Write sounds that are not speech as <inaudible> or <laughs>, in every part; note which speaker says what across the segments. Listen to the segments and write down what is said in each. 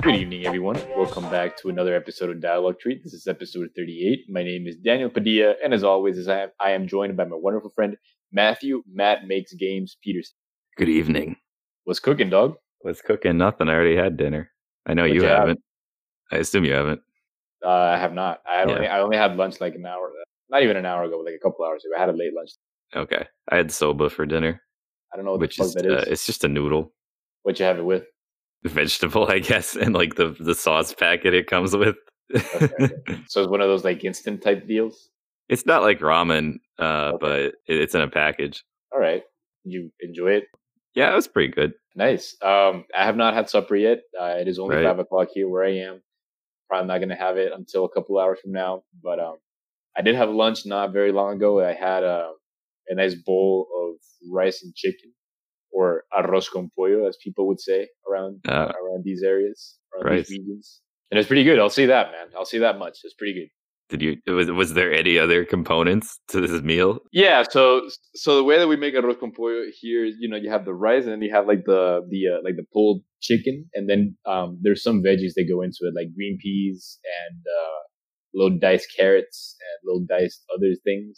Speaker 1: everyone. Welcome back to another episode of Dialogue Treat. This is episode 38. My name is Daniel Padilla, and as always, as I, am, I am joined by my wonderful friend Matthew Matt Makes Games Peterson.
Speaker 2: Good evening.
Speaker 1: What's cooking, dog?
Speaker 2: Was cooking nothing. I already had dinner. I know
Speaker 1: What'd
Speaker 2: you
Speaker 1: you have?
Speaker 2: haven't. I assume you haven't.
Speaker 1: Uh, I have not. I
Speaker 2: Yeah.
Speaker 1: only I only had lunch like an hour, not even an hour ago, but like a couple hours ago. I had a late lunch.
Speaker 2: Okay. I had soba for dinner,
Speaker 1: I don't know what
Speaker 2: which
Speaker 1: the fuck
Speaker 2: is,
Speaker 1: that
Speaker 2: uh,
Speaker 1: is.
Speaker 2: it's just a noodle <laughs>
Speaker 1: what you have it with?
Speaker 2: vegetable, I guess, and like the the sauce packet it comes with.
Speaker 1: okay. So it's one of those like instant type deals.
Speaker 2: <laughs> it's not like ramen, uh,
Speaker 1: Okay.
Speaker 2: but it, it's in a package.
Speaker 1: All right, you enjoy it.
Speaker 2: Yeah, it was pretty good.
Speaker 1: Nice. Um, I have not had supper yet. Uh, it is only
Speaker 2: Right.
Speaker 1: five o'clock here where I am. Probably not going to have it until a couple hours from now. But um, I did have lunch not very long ago. I had uh, a nice bowl of rice and chicken, or arroz con pollo, as people would say around
Speaker 2: Uh,
Speaker 1: around these areas, around
Speaker 2: Rice.
Speaker 1: these regions. And it's pretty good. I'll say that, man. I'll say that much. It's pretty good.
Speaker 2: did you was was there any other components to this meal?
Speaker 1: Yeah, so so the way that we make arroz con pollo here is, you know, you have the rice and then you have like the the uh, like the pulled chicken, and then um, there's some veggies that go into it, like green peas and uh, little diced carrots and little diced other things.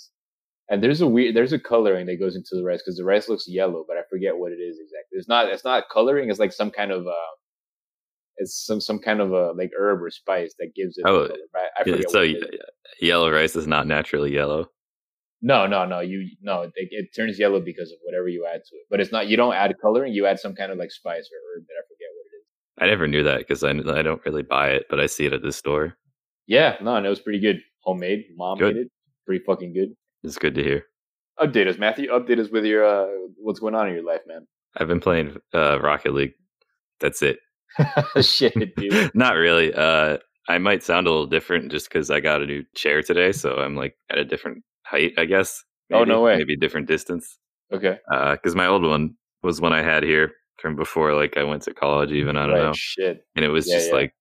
Speaker 1: And there's a weird, there's a coloring that goes into the rice because the rice looks yellow, but I forget what it is exactly. It's not, it's not coloring. It's like some kind of, uh, it's some some kind of a like herb or spice that gives it. the
Speaker 2: Oh,
Speaker 1: color, but I, I
Speaker 2: Yeah,
Speaker 1: forget.
Speaker 2: so
Speaker 1: what it is.
Speaker 2: y- yellow rice is not naturally yellow.
Speaker 1: No, no, no. You no. It, it turns yellow because of whatever you add to it. But it's not. You don't add coloring. You add some kind of like spice or herb that I forget what it is.
Speaker 2: I never knew that because I I don't really buy it, but I see it at the store.
Speaker 1: Yeah, no, and it was pretty good. Homemade. Mom
Speaker 2: Good.
Speaker 1: made it. Pretty fucking good.
Speaker 2: It's good to hear.
Speaker 1: Update us, Matthew. Update us with your uh, what's going on in your life,
Speaker 2: <laughs>
Speaker 1: man.
Speaker 2: I've been playing uh, Rocket League. That's it. <laughs>
Speaker 1: Shit, dude.
Speaker 2: Not really. Uh, I might sound a little different just because I got a new chair today, so I'm like at a different height, I guess.
Speaker 1: Oh, no way.
Speaker 2: Maybe different distance.
Speaker 1: <laughs> Okay.
Speaker 2: Because my old one was one I had here from before, like I went to college. Even I don't
Speaker 1: Right,
Speaker 2: know,
Speaker 1: Shit.
Speaker 2: and it was
Speaker 1: Yeah,
Speaker 2: just
Speaker 1: yeah.
Speaker 2: like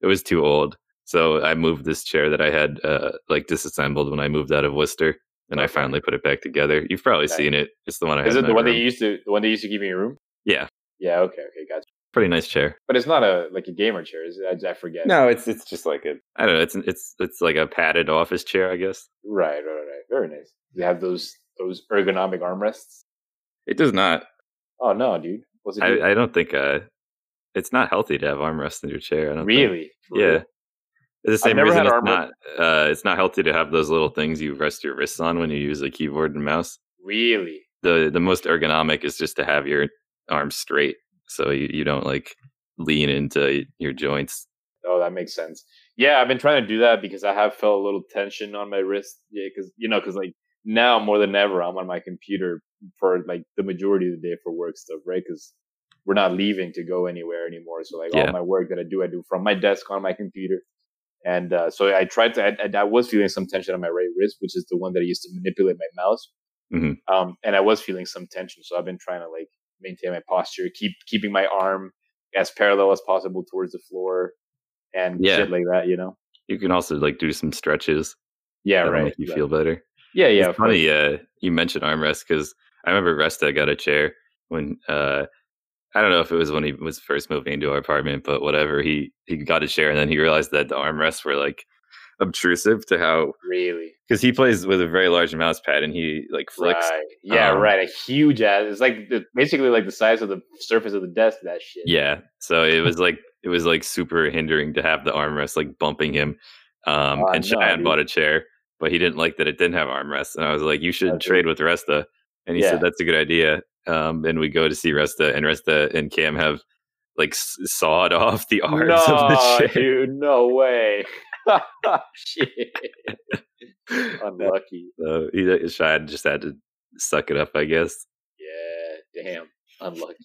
Speaker 2: it was too old. So I moved this chair that I had uh, like disassembled when I moved out of Worcester, and I
Speaker 1: Okay.
Speaker 2: finally put it back together. You've probably
Speaker 1: Nice.
Speaker 2: seen it. It's the one I
Speaker 1: Is
Speaker 2: had.
Speaker 1: it
Speaker 2: in
Speaker 1: the
Speaker 2: my
Speaker 1: one that
Speaker 2: room.
Speaker 1: you used to? The one that you used to keep in your room?
Speaker 2: Yeah.
Speaker 1: Yeah. Okay. Okay. Gotcha.
Speaker 2: Pretty nice chair.
Speaker 1: But it's not a like a gamer chair. Is it? I, I forget.
Speaker 2: No, it's it's just like a I don't know. It's it's it's like a padded office chair, I guess.
Speaker 1: Right. Right. Right. Very nice. You have those those ergonomic armrests.
Speaker 2: It does not.
Speaker 1: Oh no, dude. What's it? do?
Speaker 2: I, I don't think. Uh, it's not healthy to have armrests in your chair. I don't think.
Speaker 1: Really? For
Speaker 2: Yeah.
Speaker 1: real?
Speaker 2: It's the same
Speaker 1: never
Speaker 2: reason
Speaker 1: had
Speaker 2: it's
Speaker 1: armrest.
Speaker 2: not. Uh, it's not healthy to have those little things you rest your wrists on when you use a keyboard and mouse.
Speaker 1: Really?
Speaker 2: The the most ergonomic is just to have your arms straight, so you, you don't like lean into your joints.
Speaker 1: Oh, that makes sense. Yeah, I've been trying to do that because I have felt a little tension on my wrist. Yeah, because you know, because like now more than ever, I'm on my computer for like the majority of the day for work stuff, right? Because we're not leaving to go anywhere anymore. So like
Speaker 2: Yeah.
Speaker 1: all my work that I do, I do from my desk on my computer. And uh, so I tried to. I, I- I was feeling some tension on my right wrist, which is the one that I used to manipulate my mouse.
Speaker 2: Mhm.
Speaker 1: Um, and I was feeling some tension, so I've been trying to like maintain my posture, keep keeping my arm as parallel as possible towards the floor, and
Speaker 2: Yeah.
Speaker 1: shit like that. You know?
Speaker 2: You can also like do some stretches.
Speaker 1: Yeah,
Speaker 2: that'll
Speaker 1: right.
Speaker 2: Make you
Speaker 1: yeah.
Speaker 2: feel better.
Speaker 1: Yeah, yeah. of
Speaker 2: it's
Speaker 1: course.
Speaker 2: funny uh, you mentioned armrest because I remember Resta got a chair when uh, I don't know if it was when he was first moving into our apartment, but whatever he he got a chair and then he realized that the armrests were like obtrusive to how
Speaker 1: Really?
Speaker 2: because he plays with a very large mouse pad and he like flicks.
Speaker 1: Right. Yeah,
Speaker 2: Um,
Speaker 1: right. A huge ass. It's like the, basically like the size of the surface of the desk. That shit.
Speaker 2: Yeah, <laughs> so it was like it was like super hindering to have the armrest like bumping him. Um,
Speaker 1: Ah,
Speaker 2: and
Speaker 1: no,
Speaker 2: Cheyenne
Speaker 1: dude.
Speaker 2: bought a chair, but he didn't like that it didn't have armrests. And I was like, "You should
Speaker 1: That's
Speaker 2: trade with Resta." And he
Speaker 1: Yeah.
Speaker 2: said, "That's a good idea." Um, and we go to see Resta, and Resta and Cam have like s- sawed <laughs> off the arms
Speaker 1: No,
Speaker 2: of the chair.
Speaker 1: dude. No way. <laughs> shit. Unlucky.
Speaker 2: so he, uh, Cheyenne just had to suck it up, I guess.
Speaker 1: Yeah, damn, unlucky.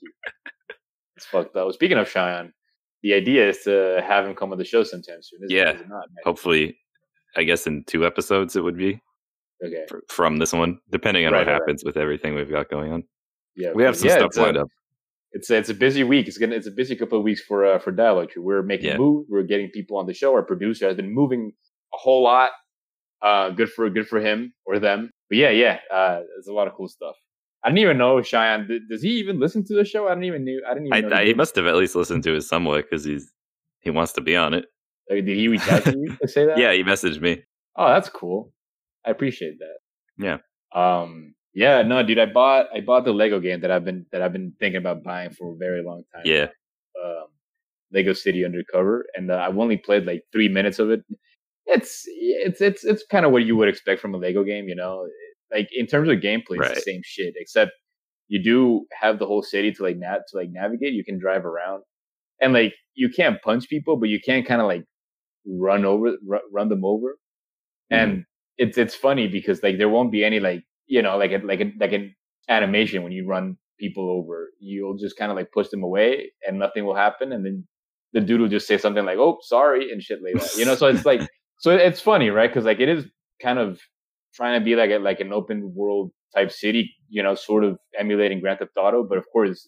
Speaker 1: it's fucked up. Speaking of Cheyenne, the idea is to have him come on the show sometime soon. Is it-
Speaker 2: Yeah.
Speaker 1: is it not, man?
Speaker 2: Hopefully, I guess in two episodes it would be
Speaker 1: Okay.
Speaker 2: fr- from this one, depending on
Speaker 1: Right,
Speaker 2: what
Speaker 1: right, right.
Speaker 2: happens with everything we've got going on.
Speaker 1: Yeah,
Speaker 2: We have some
Speaker 1: yeah,
Speaker 2: stuff
Speaker 1: it's a-
Speaker 2: lined up.
Speaker 1: It's a, it's a busy week. It's gonna it's a busy couple of weeks for uh, for dialogue. We're making
Speaker 2: Yeah.
Speaker 1: moves. We're getting people on the show. Our producer has been moving a whole lot. Uh, good for good for him or them. But yeah, yeah, uh, there's a lot of cool stuff. I didn't even know Cheyenne. Did, does he even listen to the show? I didn't even knew. I didn't even.
Speaker 2: I,
Speaker 1: know
Speaker 2: I,
Speaker 1: he
Speaker 2: he must have at least listened to it somewhat because he's he wants to be on it.
Speaker 1: Like, did he reach out to you to say that?
Speaker 2: Yeah, he messaged me.
Speaker 1: Oh, that's cool. I appreciate that.
Speaker 2: Yeah.
Speaker 1: Um. Yeah. No, dude. I bought I bought the Lego game that I've been that I've been thinking about buying for a very long time.
Speaker 2: Yeah,
Speaker 1: Um, Lego City Undercover, and uh, I've only played like three minutes of it. It's it's it's it's kind of what you would expect from a Lego game, you know. Like in terms of gameplay, it's the
Speaker 2: Right.
Speaker 1: same shit, except you do have the whole city to like nav- to like navigate. You can drive around, and like you can't punch people, but you can kind of like run over ru- run them over and it's it's funny because like there won't be any like you know like a, like a, like an animation when you run people over you'll just kind of like push them away and nothing will happen and then the dude will just say something like oh sorry and shit like that you know so it's
Speaker 2: <laughs>
Speaker 1: like so it's funny right because like it is kind of trying to be like a, like an open world type city you know sort of emulating grand theft auto but of course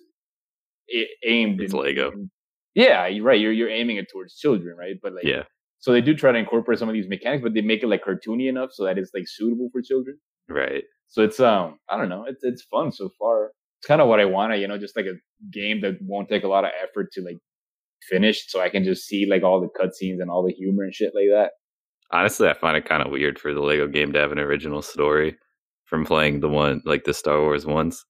Speaker 1: it aimed
Speaker 2: It's
Speaker 1: in-
Speaker 2: Lego.
Speaker 1: in- yeah you're right you're, you're aiming it towards children right but like
Speaker 2: yeah.
Speaker 1: so they do try to incorporate some of these mechanics, but they make it like cartoony enough so that it's like suitable for children.
Speaker 2: Right.
Speaker 1: So it's um, I don't know, it's it's fun so far. It's kind of what I want, you know, just like a game that won't take a lot of effort to like finish, so I can just see like all the cutscenes and all the humor and shit like that.
Speaker 2: Honestly, I find it kind of weird for the Lego game to have an original story from playing the one like the Star Wars ones.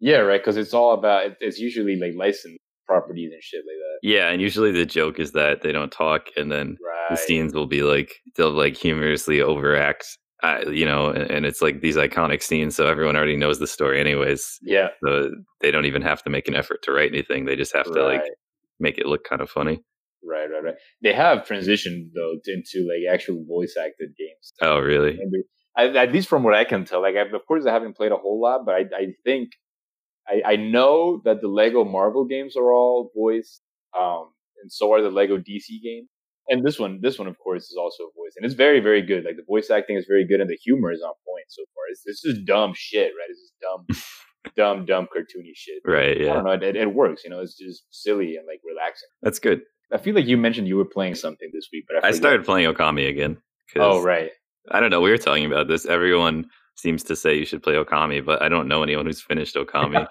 Speaker 1: Yeah, right, because it's all about it, it's usually like licensed properties and shit like
Speaker 2: Yeah, and usually the joke is that they don't talk, and then
Speaker 1: that.
Speaker 2: the scenes will be like they'll like humorously overact. I, you know, and, and it's like these iconic scenes, so everyone already knows the story, anyways.
Speaker 1: Yeah.
Speaker 2: So they don't even have to make an effort to write anything; they just have to
Speaker 1: right.
Speaker 2: like make it look kind of funny.
Speaker 1: Right, right, right. They have transitioned though into like actual voice acted games.
Speaker 2: Oh, really?
Speaker 1: Maybe- at, at least from what I can tell. Like, I've, of course, I haven't played a whole lot, but I, I think I, I know that the Lego Marvel games are all voice, um, and so are the Lego DC games. And this one, this one, of course, is also voice, and it's very, very good. Like the voice acting is very good, and the humor is on point so far. It's this is dumb shit, right? It's just dumb,
Speaker 2: <laughs>
Speaker 1: dumb, dumb cartoony shit.
Speaker 2: Right?
Speaker 1: I
Speaker 2: Yeah,
Speaker 1: don't know. It, it, it works, you know. It's just silly and like relaxing.
Speaker 2: that's good.
Speaker 1: I feel like you mentioned you were playing something this week, but I,
Speaker 2: I
Speaker 1: forget.
Speaker 2: started playing Okami again. 'cause
Speaker 1: Oh right, <laughs>
Speaker 2: I don't know. We were talking about this. Everyone seems to say you should play Okami, but I don't know anyone who's finished Okami.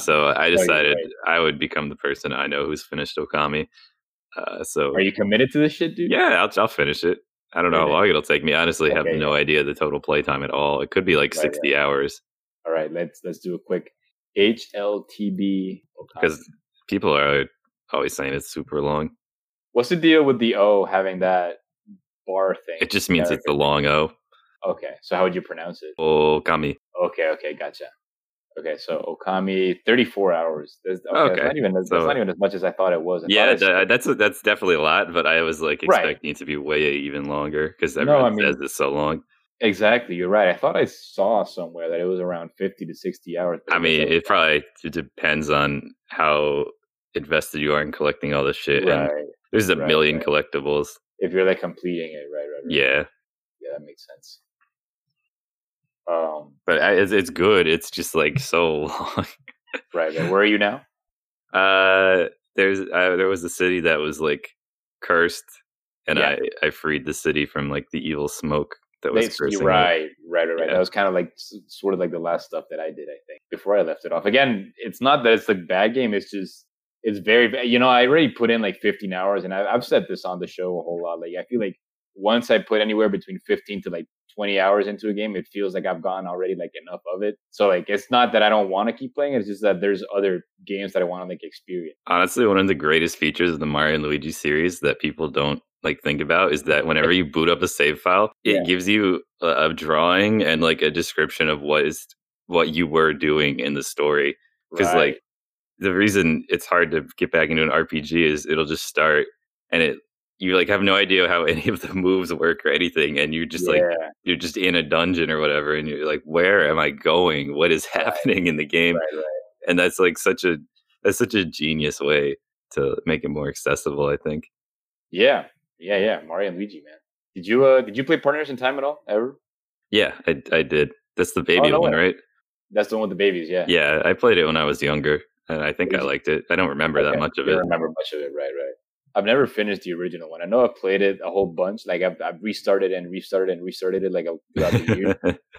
Speaker 2: so
Speaker 1: <laughs>
Speaker 2: I
Speaker 1: you're
Speaker 2: decided I would become the person I know who's finished Okami. Uh, so
Speaker 1: are you committed to this shit, dude?
Speaker 2: yeah, I'll, I'll finish it. I don't know how
Speaker 1: Okay.
Speaker 2: long it'll take me. I honestly have
Speaker 1: Okay,
Speaker 2: no idea the total playtime at all. It could be like
Speaker 1: Right,
Speaker 2: 60 hours
Speaker 1: All right, let's let's do a quick HLTB.
Speaker 2: because people are always saying it's super long.
Speaker 1: what's the deal with the O having that bar thing?
Speaker 2: It just means
Speaker 1: Yeah,
Speaker 2: it's the long O.
Speaker 1: okay. So how would you pronounce it?
Speaker 2: Okami.
Speaker 1: Okay, okay, gotcha. Okay, so Okami, thirty-four hours. That's, okay, that's
Speaker 2: Okay,
Speaker 1: not even that's,
Speaker 2: so-
Speaker 1: not even as much as I thought it was. I
Speaker 2: Yeah,
Speaker 1: thought
Speaker 2: tha- that's that's definitely a lot, but I was like
Speaker 1: Right.
Speaker 2: expecting it to be way even longer because
Speaker 1: No,
Speaker 2: everyone
Speaker 1: I mean-
Speaker 2: says it's so long.
Speaker 1: I, exactly. You're right. I thought I saw somewhere that it was around fifty to sixty hours. but
Speaker 2: I mean,
Speaker 1: guess that
Speaker 2: it probably d- depends on how invested you are in collecting all this shit.
Speaker 1: was-
Speaker 2: And
Speaker 1: right.
Speaker 2: there's a
Speaker 1: right,
Speaker 2: million
Speaker 1: right.
Speaker 2: collectibles.
Speaker 1: If you're like completing it, right, right, right.
Speaker 2: Yeah,
Speaker 1: yeah, that makes sense. Um,
Speaker 2: but I, it's, it's good. It's
Speaker 1: <laughs>
Speaker 2: just like so long. <laughs>
Speaker 1: right, right. Where are you now?
Speaker 2: Uh, there's uh, there was a city that was like cursed, and
Speaker 1: Yeah.
Speaker 2: I I freed the city from like the evil smoke that was
Speaker 1: That's-
Speaker 2: cursing.
Speaker 1: you're
Speaker 2: it.
Speaker 1: right, right, right, right. That
Speaker 2: Yeah.
Speaker 1: was kind of like s- sort of like the last stuff that I did, I think, before I left it off. Again, it's not that it's a bad game. It's just it's very, va- you know, I already put in like 15 hours, and I, I've said this on the show a whole lot. Like, I feel like once I put anywhere between 15 to like 20 hours into a game, it feels like I've gotten already like enough of it. So like, it's not that I don't want to keep playing. It's just that there's other games that I want to like experience.
Speaker 2: Honestly, one of the greatest features of the Mario and Luigi series that people don't like think about is
Speaker 1: <laughs>
Speaker 2: that whenever you boot up a save file, it
Speaker 1: Yeah.
Speaker 2: gives you a, a drawing and like a description of what is what you were doing in the story. Because
Speaker 1: Right.
Speaker 2: like the reason it's hard to get back into an RPG is it'll just start and it you like have no idea how <laughs> any of the moves work or anything, and you just like
Speaker 1: Yeah,
Speaker 2: you're just in a dungeon or whatever, and you're like, where am I going? What is <laughs> happening in the game?
Speaker 1: right, right.
Speaker 2: and that's like such a that's such a genius way to make it more accessible i think
Speaker 1: yeah, yeah, yeah. Mario and Luigi, man. Did you uh did you play Partners in Time at all ever?
Speaker 2: yeah i, I did that's the baby
Speaker 1: Oh, no
Speaker 2: one,
Speaker 1: way.
Speaker 2: right
Speaker 1: That's the one with the babies, yeah.
Speaker 2: yeah i played it when i was younger and i think i
Speaker 1: Is-
Speaker 2: liked it i don't remember that
Speaker 1: Okay,
Speaker 2: much of
Speaker 1: you
Speaker 2: it
Speaker 1: don't remember much of it, right? Right. I've never finished the original one. I know I've played it a whole bunch. Like I've, I've restarted and restarted and restarted it like a, throughout
Speaker 2: <laughs>
Speaker 1: the year.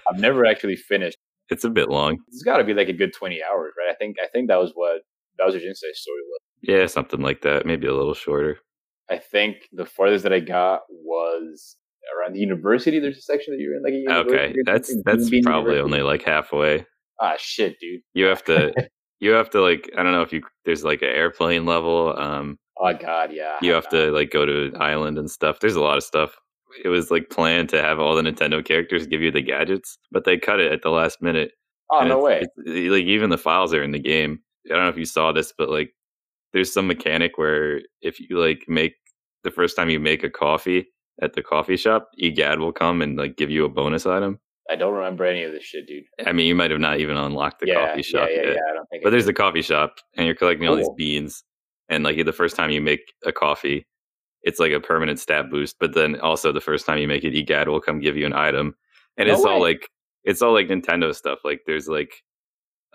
Speaker 1: I've never actually finished.
Speaker 2: it's a bit long
Speaker 1: It's got to be like a good twenty hours, right? I think I think that was what Bowser's Inside Story was.
Speaker 2: yeah something like that maybe a little shorter
Speaker 1: I think the farthest that I got was around the university. There's a section that you're in, like a university
Speaker 2: Okay,
Speaker 1: or
Speaker 2: that's
Speaker 1: something,
Speaker 2: that's
Speaker 1: Green Bean
Speaker 2: probably
Speaker 1: University.
Speaker 2: only like halfway.
Speaker 1: ah shit, dude.
Speaker 2: You have
Speaker 1: <laughs>
Speaker 2: to you have to like I don't know if you there's like an airplane level. Um,
Speaker 1: Oh god, yeah.
Speaker 2: you have to like go to an island and stuff. There's a lot of stuff. It was like planned to have all the Nintendo characters give you the gadgets, but they cut it at the last minute.
Speaker 1: Oh
Speaker 2: And
Speaker 1: no way.
Speaker 2: it's- it's- like even the files are in the game. I don't know if you saw this, but like there's some mechanic where if you like make the first time you make a coffee at the coffee shop, EGAD will come and like give you a bonus item.
Speaker 1: I don't remember any of this shit, dude.
Speaker 2: I mean, you might have not even unlocked the
Speaker 1: yeah,
Speaker 2: coffee shop
Speaker 1: yeah, yeah,
Speaker 2: yet.
Speaker 1: yeah. I don't think.
Speaker 2: But
Speaker 1: I
Speaker 2: there's
Speaker 1: did.
Speaker 2: the coffee shop, and you're collecting all these
Speaker 1: Cool.
Speaker 2: beans. And like the first time you make a coffee, it's like a permanent stat boost. But then also the first time you make it, EGAD will come give you an item, and
Speaker 1: No
Speaker 2: it's all
Speaker 1: way.
Speaker 2: like it's all like Nintendo stuff. Like there's like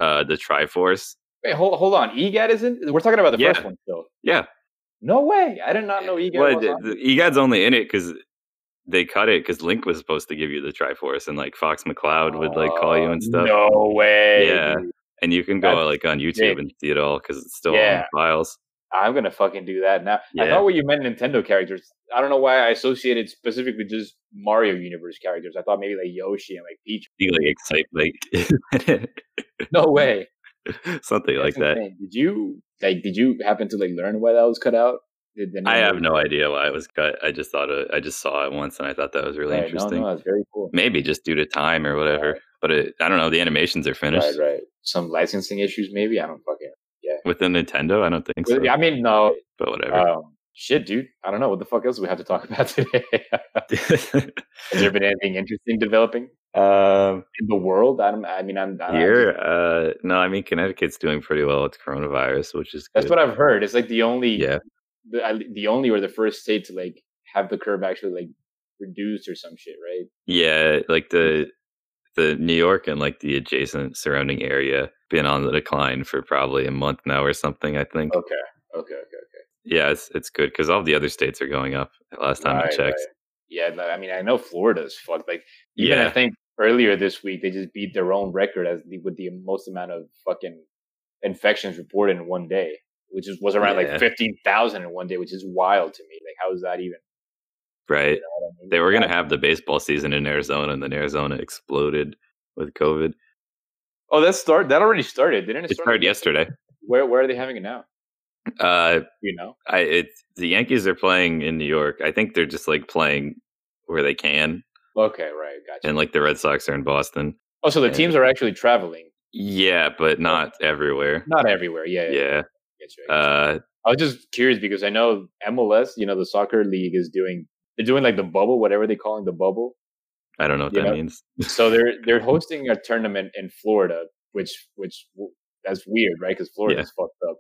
Speaker 2: uh the Triforce.
Speaker 1: Wait, hold hold on. E EGAD isn't. We're talking about the
Speaker 2: Yeah.
Speaker 1: first one still.
Speaker 2: Yeah,
Speaker 1: No way. I did not know E EGAD.
Speaker 2: well,
Speaker 1: was on.
Speaker 2: the- the- EGAD's only in it because they cut it because Link was supposed to give you the Triforce, and like Fox McCloud would like call you and
Speaker 1: Oh,
Speaker 2: stuff.
Speaker 1: No way.
Speaker 2: Yeah.
Speaker 1: dude.
Speaker 2: And you can go
Speaker 1: That's
Speaker 2: like on YouTube
Speaker 1: sick.
Speaker 2: and see it all because it's still on
Speaker 1: Yeah.
Speaker 2: the files.
Speaker 1: I'm gonna fucking do that now. I
Speaker 2: Yeah.
Speaker 1: thought what you meant Nintendo characters. I don't know why I associated specifically just Mario universe characters. I thought maybe like Yoshi and like Peach. <laughs>
Speaker 2: You like excite like <laughs>
Speaker 1: No way.
Speaker 2: something like
Speaker 1: That's
Speaker 2: that.
Speaker 1: insane. Did you like? Did you happen to like learn why that was cut out? Did the
Speaker 2: I
Speaker 1: number-
Speaker 2: have no idea why it was cut. I just thought it, I just saw it once and I thought that was really
Speaker 1: Right,
Speaker 2: interesting.
Speaker 1: No, no, that's very cool.
Speaker 2: Maybe just due to time or whatever. But it, I don't know. The animations are finished
Speaker 1: Right, right. Some licensing issues, maybe. I don't fucking.
Speaker 2: within Nintendo. I don't think so.
Speaker 1: I mean, no.
Speaker 2: But whatever.
Speaker 1: Um, shit, dude. I don't know what the fuck else we have to talk <laughs> about today. Has there been anything interesting developing
Speaker 2: <laughs> um,
Speaker 1: in the world? I don't. uh, I mean, I'm. I'm
Speaker 2: here, uh, no, I mean Connecticut's doing pretty well with coronavirus, which is
Speaker 1: That's
Speaker 2: good.
Speaker 1: what I've heard. It's like the only,
Speaker 2: Yeah.
Speaker 1: the, I- the only or the first state to like have the curve actually like reduced or some shit, right?
Speaker 2: Yeah, like the the New York and like the adjacent surrounding area been on the decline for probably a month now or something. I think.
Speaker 1: Okay, okay, okay, okay.
Speaker 2: Yeah, it's it's good because all the other states are going up. Last time I
Speaker 1: Right,
Speaker 2: checked.
Speaker 1: right. Yeah, no, I mean, I know Florida's fucked. Like, even I
Speaker 2: Yeah,
Speaker 1: think earlier this week they just beat their own record as the, with the most amount of fucking infections reported in one day, which is, was around
Speaker 2: Yeah.
Speaker 1: like fifteen thousand in one day, which is wild to me. Like, how is that even?
Speaker 2: right.
Speaker 1: You know what I mean?
Speaker 2: They were gonna
Speaker 1: That-
Speaker 2: have the baseball season in Arizona, and then Arizona exploded with COVID.
Speaker 1: Oh, that start that already started, didn't it?
Speaker 2: It
Speaker 1: start-
Speaker 2: started yesterday.
Speaker 1: Where where are they having it now?
Speaker 2: Uh,
Speaker 1: You know.
Speaker 2: I it the Yankees are playing in New York. I think they're just like playing where they can,
Speaker 1: Okay, right, gotcha.
Speaker 2: and like the Red Sox are in Boston.
Speaker 1: Oh, so the
Speaker 2: And-
Speaker 1: teams are actually traveling,
Speaker 2: Yeah, but not everywhere.
Speaker 1: not everywhere. Yeah, Oh. yeah. I
Speaker 2: Yeah.
Speaker 1: get you, I get you.
Speaker 2: Uh,
Speaker 1: I was just curious because I know MLS, you know, the soccer league is doing they're doing like the bubble, whatever they're calling the bubble.
Speaker 2: I don't know what
Speaker 1: You
Speaker 2: that
Speaker 1: know?
Speaker 2: means.
Speaker 1: So they're they're hosting a tournament in Florida, which which w- that's weird, right? Because Florida's fucked up.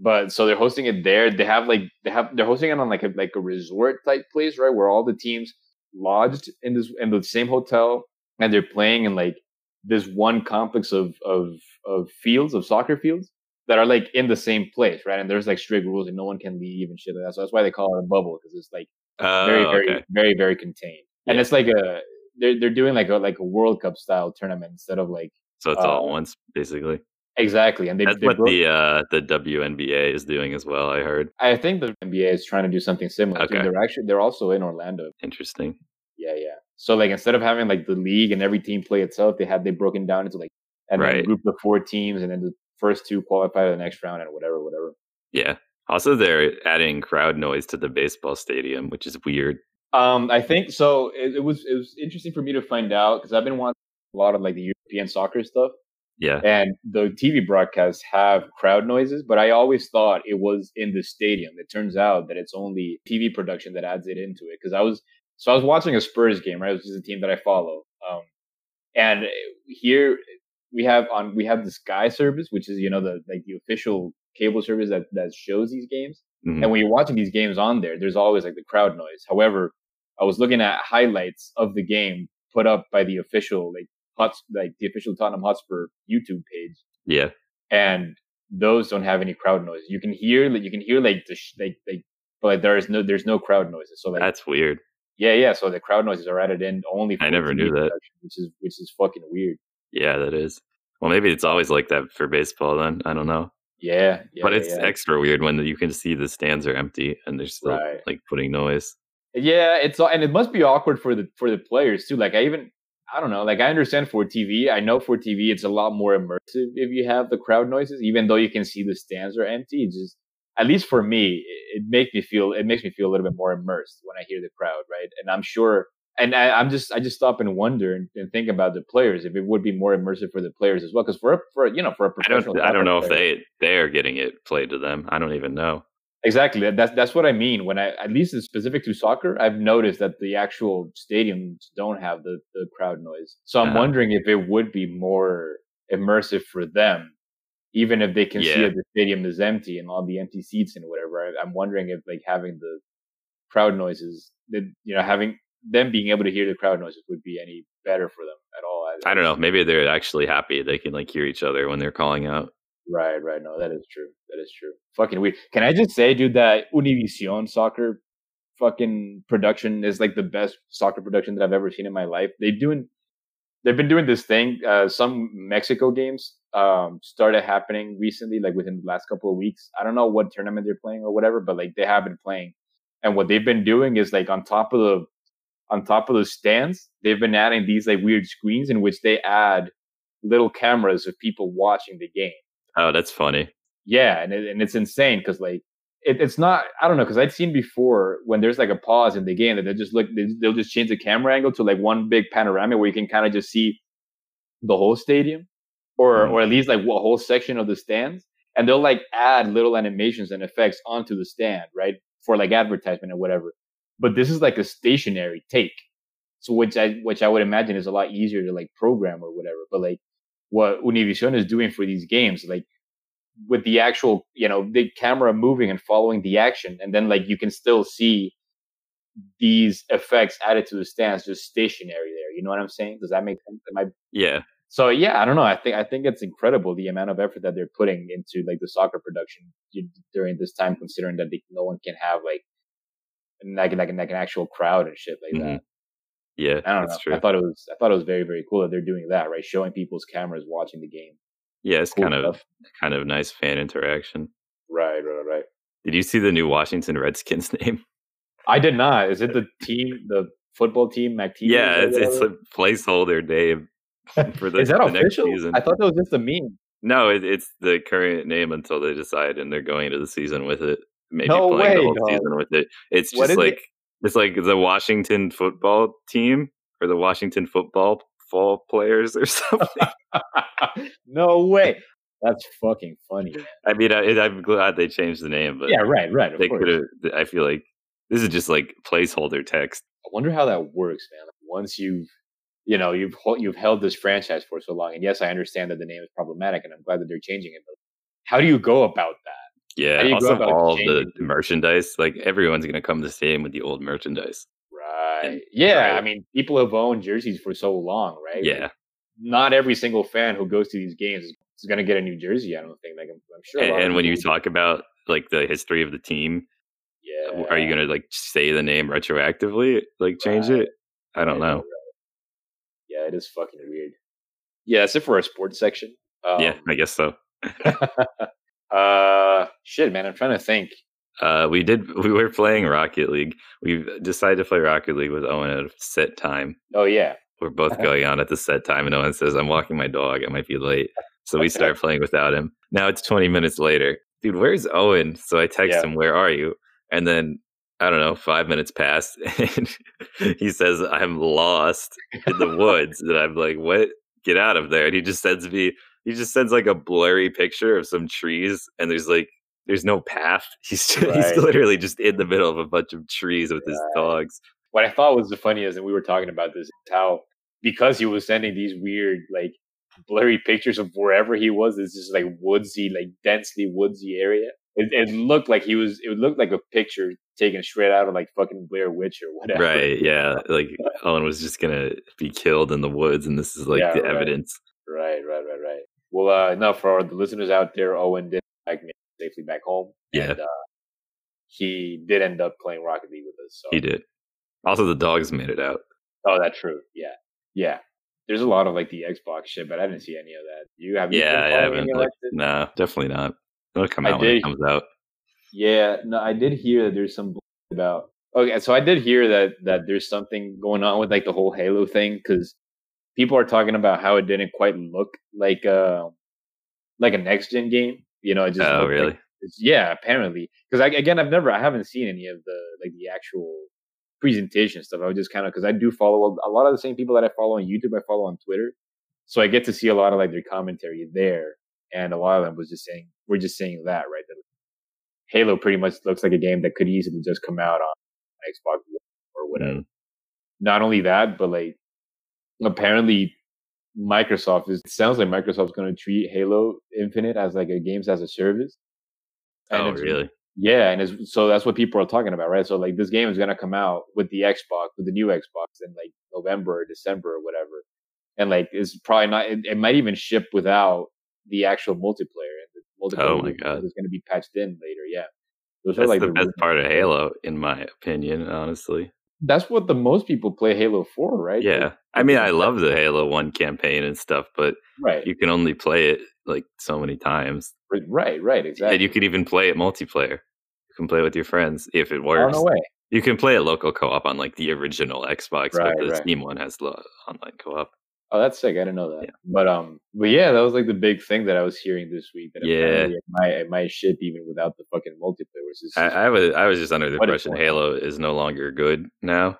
Speaker 1: But so they're hosting it there. They have like they have they're hosting it on like a like a resort type place, right? Where all the teams lodged in this in the same hotel and they're playing in like this one complex of of of fields of soccer fields that are like in the same place, right? And there's like strict rules and no one can leave and shit like that. So that's why they call it a bubble because it's like
Speaker 2: Oh,
Speaker 1: very very
Speaker 2: okay.
Speaker 1: very very contained and
Speaker 2: Yeah.
Speaker 1: it's like a they're, they're doing like a like a world cup style tournament instead of like
Speaker 2: So it's all at
Speaker 1: uh,
Speaker 2: once, basically.
Speaker 1: exactly and they,
Speaker 2: That's
Speaker 1: they
Speaker 2: what
Speaker 1: broke-
Speaker 2: the uh, the WNBA is doing as well. I heard.
Speaker 1: i think the nba is trying to do something similar too.
Speaker 2: Okay.
Speaker 1: they're actually they're also in orlando
Speaker 2: Interesting.
Speaker 1: yeah yeah so like instead of having like the league and every team play itself they had they broken down into like and then
Speaker 2: Right.
Speaker 1: group of four teams and then the first two qualify to the next round and whatever whatever
Speaker 2: Yeah. Also, they're adding crowd noise to the baseball stadium, which is weird.
Speaker 1: Um, I think so. It, it was it was interesting for me to find out because I've been watching a lot of like the European soccer stuff.
Speaker 2: Yeah.
Speaker 1: And the TV broadcasts have crowd noises, but I always thought it was in the stadium. It turns out that it's only TV production that adds it into it. Because I was so I was watching a Spurs game, right? Which is a team that I follow. Um, and here we have on we have the Sky service, which is you know the like the official cable service that that shows these games.
Speaker 2: Mhm.
Speaker 1: And when you're watching these games on there, there's always like the crowd noise. However, I was looking at highlights of the game put up by the official, like Hots, like the official Tottenham Hotspur YouTube page,
Speaker 2: Yeah.
Speaker 1: and those don't have any crowd noise. You can hear, like, you can hear like the sh- like like, but like, there is no there's no crowd noises. So like
Speaker 2: That's weird.
Speaker 1: yeah yeah, so the crowd noises are added in only.
Speaker 2: I never knew
Speaker 1: TV
Speaker 2: that.
Speaker 1: production, which is which is fucking weird.
Speaker 2: Yeah, that is. Well, maybe it's always like that for baseball. Then I don't know.
Speaker 1: Yeah, yeah
Speaker 2: but it's
Speaker 1: yeah.
Speaker 2: extra weird when you can see the stands are empty and they're still
Speaker 1: Right.
Speaker 2: like putting noise.
Speaker 1: Yeah, it's and it must be awkward for the for the players too. Like I even I don't know. Like I understand for TV, I know for TV it's a lot more immersive if you have the crowd noises, even though you can see the stands are empty. It's just at least for me, it, it makes me feel it makes me feel a little bit more immersed when I hear the crowd, right? And I'm sure, and I, I'm just I just stop and wonder and, and think about the players if it would be more immersive for the players as well. Because for a, for a- you know for a
Speaker 2: I
Speaker 1: professional,
Speaker 2: don't I don't know if
Speaker 1: soccer player-
Speaker 2: they they are getting it played to them. I don't even know.
Speaker 1: Exactly. That- That's that's what I mean. When I at least it's specific to soccer, I've noticed that the actual stadiums don't have the, the crowd noise. So I'm
Speaker 2: Uh-huh.
Speaker 1: wondering if it would be more immersive for them, even if they can see
Speaker 2: Yeah.
Speaker 1: that the stadium is empty and all the empty seats and whatever. I, I'm wondering if like having the crowd noises, that you know, having them being able to hear the crowd noises would be any better for them at all.
Speaker 2: I don't know. Maybe they're actually happy they can like hear each other when they're calling out.
Speaker 1: Right, right. No, that is true. That is true. Fucking weird. Can I just say, dude, that Univision soccer fucking production is like the best soccer production that I've ever seen in my life. They doing they've been doing this thing. Uh, some Mexico games um, started happening recently, like within the last couple of weeks. I don't know what tournament they're playing or whatever, but like they have been playing. And what they've been doing is like on top of the on top of the stands, they've been adding these like weird screens in which they add little cameras of people watching the game
Speaker 2: Oh, that's funny.
Speaker 1: yeah and, it, and it's insane because like it, it's not i don't know because i'd seen before when there's like a pause in the game that they just look they, they'll just change the camera angle to like one big panorama where you can kind of just see the whole stadium or
Speaker 2: Mhm.
Speaker 1: or at least like a whole section of the stands and they'll like add little animations and effects onto the stand right for like advertisement or whatever but this is like a stationary take so which i which i would imagine is a lot easier to like program or whatever but like what univision is doing for these games like with the actual you know the camera moving and following the action and then like you can still see these effects added to the stands just stationary there you know what i'm saying does that make sense Am I-
Speaker 2: Yeah.
Speaker 1: so yeah i don't know i think i think it's incredible the amount of effort that they're putting into like the soccer production d- during this time considering that they, no one can have like like, like, like an actual crowd and shit like that
Speaker 2: Yeah.
Speaker 1: i don't
Speaker 2: Mm-hmm. that's
Speaker 1: know
Speaker 2: true.
Speaker 1: i thought it was i thought it was very very cool that they're doing that right showing people's cameras watching the game
Speaker 2: yeah, it's
Speaker 1: cool
Speaker 2: kind of
Speaker 1: stuff.
Speaker 2: kind of nice fan interaction.
Speaker 1: right right right
Speaker 2: Did you see the new Washington Redskins <laughs> name?
Speaker 1: I did not. Is it the team, the football team, MacTeam?
Speaker 2: yeah, it's, it's a
Speaker 1: <laughs>
Speaker 2: placeholder name for the,
Speaker 1: is that
Speaker 2: the next
Speaker 1: official?
Speaker 2: season.
Speaker 1: I thought that was just a meme.
Speaker 2: no, it, it's the current name until they decide, and they're going to the season with it. Maybe
Speaker 1: No
Speaker 2: playing the
Speaker 1: way,
Speaker 2: whole
Speaker 1: dog.
Speaker 2: season with it. It's
Speaker 1: What
Speaker 2: just
Speaker 1: is it?
Speaker 2: like it's like the Washington football team or the Washington football fall players
Speaker 1: <laughs>
Speaker 2: or <laughs> something.
Speaker 1: no way. That's fucking funny. man.
Speaker 2: I mean, I, I'm glad they changed the name, but
Speaker 1: yeah, right, right. Of
Speaker 2: they
Speaker 1: course.
Speaker 2: could have. I feel like this is just like placeholder text.
Speaker 1: I wonder how that works, man. Like, once you've, you know, you've hol- you've held this franchise for so long, and yes, I understand that the name is problematic, and I'm glad that they're changing it. But how do you go about that? How do you
Speaker 2: Yeah.
Speaker 1: go
Speaker 2: Also,
Speaker 1: about
Speaker 2: all the
Speaker 1: changing it?
Speaker 2: merchandise, like everyone's gonna come to the stadium with the old merchandise.
Speaker 1: Right.
Speaker 2: And-
Speaker 1: Yeah.
Speaker 2: right.
Speaker 1: I mean, people have owned jerseys for so long, right? Like,
Speaker 2: Yeah,
Speaker 1: not every single fan who goes to these games is, is going to get a new jersey. I don't think. Like I'm, I'm sure. a
Speaker 2: and,
Speaker 1: lot of
Speaker 2: and when you
Speaker 1: people-
Speaker 2: talk about like the history of the team,
Speaker 1: yeah,
Speaker 2: are you gonna like say the name retroactively, like change
Speaker 1: Right.
Speaker 2: it? I don't
Speaker 1: Yeah,
Speaker 2: know.
Speaker 1: right. uh, Yeah, it is fucking weird. Yeah, that's it for our sports section. Um,
Speaker 2: yeah, I guess so.
Speaker 1: Uh, shit, man, I'm trying to think.
Speaker 2: Uh, we did. <laughs> We were playing Rocket League. We decided to play Rocket League with Owen at a set time.
Speaker 1: Oh yeah, <laughs>
Speaker 2: We're both going on at the set time, and Owen says, "I'm walking my dog. I might be late."
Speaker 1: <laughs>
Speaker 2: So we start playing without him. Now it's 20 minutes later. Dude, where's Owen? So I text
Speaker 1: Yeah.
Speaker 2: him, "Where are you?" And then I don't know. Five minutes pass, <laughs> and he says, "I'm lost in
Speaker 1: <laughs>
Speaker 2: the woods." and I'm like, "What? Get out of there!" And he just sends me. He just sends like a blurry picture of some trees, and there's like. There's no path. <laughs> He's just, he's
Speaker 1: Right.
Speaker 2: literally just in the middle of a bunch of trees with his dogs.
Speaker 1: what I thought was the funniest, and we were talking about this, is how because he was sending these weird, like, blurry pictures of wherever he was, it's just like woodsy, like densely woodsy area. It, it looked like he was. It looked like a picture taken straight out of like fucking Blair Witch or whatever.
Speaker 2: Right. Yeah. Like Owen was just gonna be killed in the woods, and this is like
Speaker 1: Yeah,
Speaker 2: the
Speaker 1: right.
Speaker 2: evidence.
Speaker 1: Right, right, right, right. Well, uh, no, for the listeners out there, Owen did like me safely back home.
Speaker 2: Yeah.
Speaker 1: And, uh, he did end up playing Rocket League with us. So.
Speaker 2: He did. Also, the dogs made it out.
Speaker 1: Oh, that's true. Yeah. Yeah. There's a lot of like the Xbox shit, but I didn't see any of that. You have you
Speaker 2: Yeah,
Speaker 1: been
Speaker 2: I
Speaker 1: following
Speaker 2: haven't
Speaker 1: any of
Speaker 2: looked.
Speaker 1: that shit?
Speaker 2: No, definitely not. It'll come
Speaker 1: I
Speaker 2: out when
Speaker 1: did.
Speaker 2: it comes out.
Speaker 1: Yeah, no, I did hear that there's some bull- about. Okay, so I did hear that that there's something going on with like the whole Halo thing because people are talking about how it didn't quite look like a like a next gen game. You know, it just
Speaker 2: Oh,
Speaker 1: looked like-
Speaker 2: really?
Speaker 1: it's- yeah, apparently because I again I've never I haven't seen any of the like the actual presentation stuff. I was just kind of because I do follow a lot of the same people that I follow on YouTube. I follow on Twitter, so I get to see a lot of like their commentary there, and a lot of them was just saying we're just saying that right that Halo pretty much looks like a game that could easily just come out on Xbox One or whatever.
Speaker 2: Mm.
Speaker 1: Not only that, but like apparently Microsoft is it sounds like Microsoft's going to treat Halo Infinite as like a games as a service. And
Speaker 2: Oh,
Speaker 1: it's-
Speaker 2: really?
Speaker 1: yeah, and it's, so that's what people are talking about, right? So like this game is gonna come out with the Xbox, with the new Xbox, in like November or December or whatever, and like it's probably not. It, it might even ship without the actual multiplayer. And the multiplayer
Speaker 2: Oh my
Speaker 1: is-
Speaker 2: God.
Speaker 1: is gonna be patched in later. Yeah, those
Speaker 2: That's
Speaker 1: are like
Speaker 2: the best
Speaker 1: rumors.
Speaker 2: part of Halo, in my opinion, honestly.
Speaker 1: That's what the most people play Halo for, right?
Speaker 2: Yeah.
Speaker 1: Like,
Speaker 2: I mean, I love the Halo 1 campaign and stuff, but
Speaker 1: right,
Speaker 2: you can only play it like so many times.
Speaker 1: right, right, exactly.
Speaker 2: And you can even play it multiplayer. You can play with your friends if it
Speaker 1: Oh,
Speaker 2: works.
Speaker 1: no way.
Speaker 2: You can play it local co op on like the original Xbox,
Speaker 1: Right,
Speaker 2: but the
Speaker 1: right.
Speaker 2: Steam one has lo- online co op.
Speaker 1: Oh, that's sick. I didn't know that.
Speaker 2: Yeah.
Speaker 1: But um, but yeah, that was like the big thing that I was hearing this week. That
Speaker 2: Yeah.
Speaker 1: apparently it might it might ship even without the fucking multiplayer, which is
Speaker 2: I, I was I was just under the
Speaker 1: What is
Speaker 2: impression
Speaker 1: going on?
Speaker 2: Halo is no longer good now,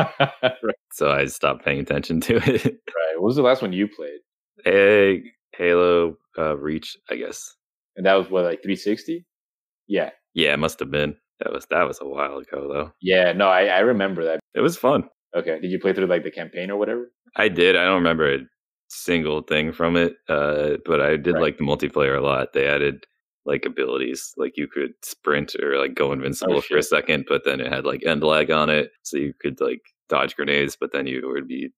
Speaker 1: right.
Speaker 2: so I stopped paying attention <laughs> to it.
Speaker 1: What was the last one you played?
Speaker 2: hey, Halo uh, Reach, I guess.
Speaker 1: And that was what, like 360? Yeah.
Speaker 2: Yeah, it must have been. That was that was a while ago though.
Speaker 1: Yeah. No, I, I remember that.
Speaker 2: It was fun.
Speaker 1: Okay. Did you play through like the campaign or whatever?
Speaker 2: I did. I don't remember a single thing from it, uh, but I did
Speaker 1: Right.
Speaker 2: like the multiplayer a lot. They added like abilities, like you could sprint or like go invincible for a
Speaker 1: Oh, shit.
Speaker 2: second, but then it had like end lag on it, so you could like dodge grenades, but then you would be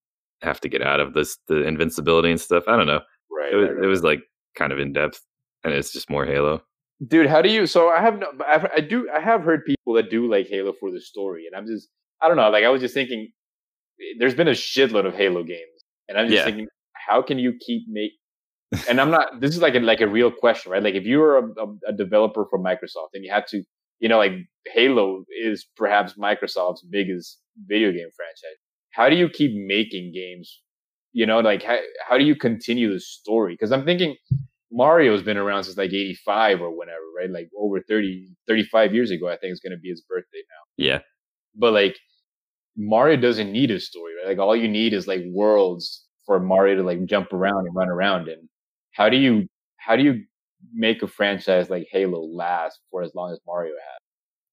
Speaker 2: have to get out of this the invincibility and stuff. I don't know.
Speaker 1: Right.
Speaker 2: It was it was like kind of in depth, and it's just more Halo.
Speaker 1: Dude, how do you? So I have no, but I've, I do, I have heard people that do like Halo for the story. And I'm just, I don't know. Like, I was just thinking, eh, there's been a shitload of Halo games. And I'm just
Speaker 2: Yeah.
Speaker 1: thinking, how can you keep make, and I'm not, this is like a, like a real question, right? Like, if you were a, a, a developer for Microsoft and you had to, you know, like Halo is perhaps Microsoft's biggest video game franchise. How do you keep making games? You know, like how, how do you continue the story? Because I'm thinking Mario's been around since like 85 or whenever, right? Like over 30, 35 years ago, I think it's going to be his birthday now.
Speaker 2: Yeah,
Speaker 1: But like Mario doesn't need a story, right? Like all you need is like worlds for Mario to like jump around and run around in. How do you, how do you make a franchise like Halo last for as long as Mario has?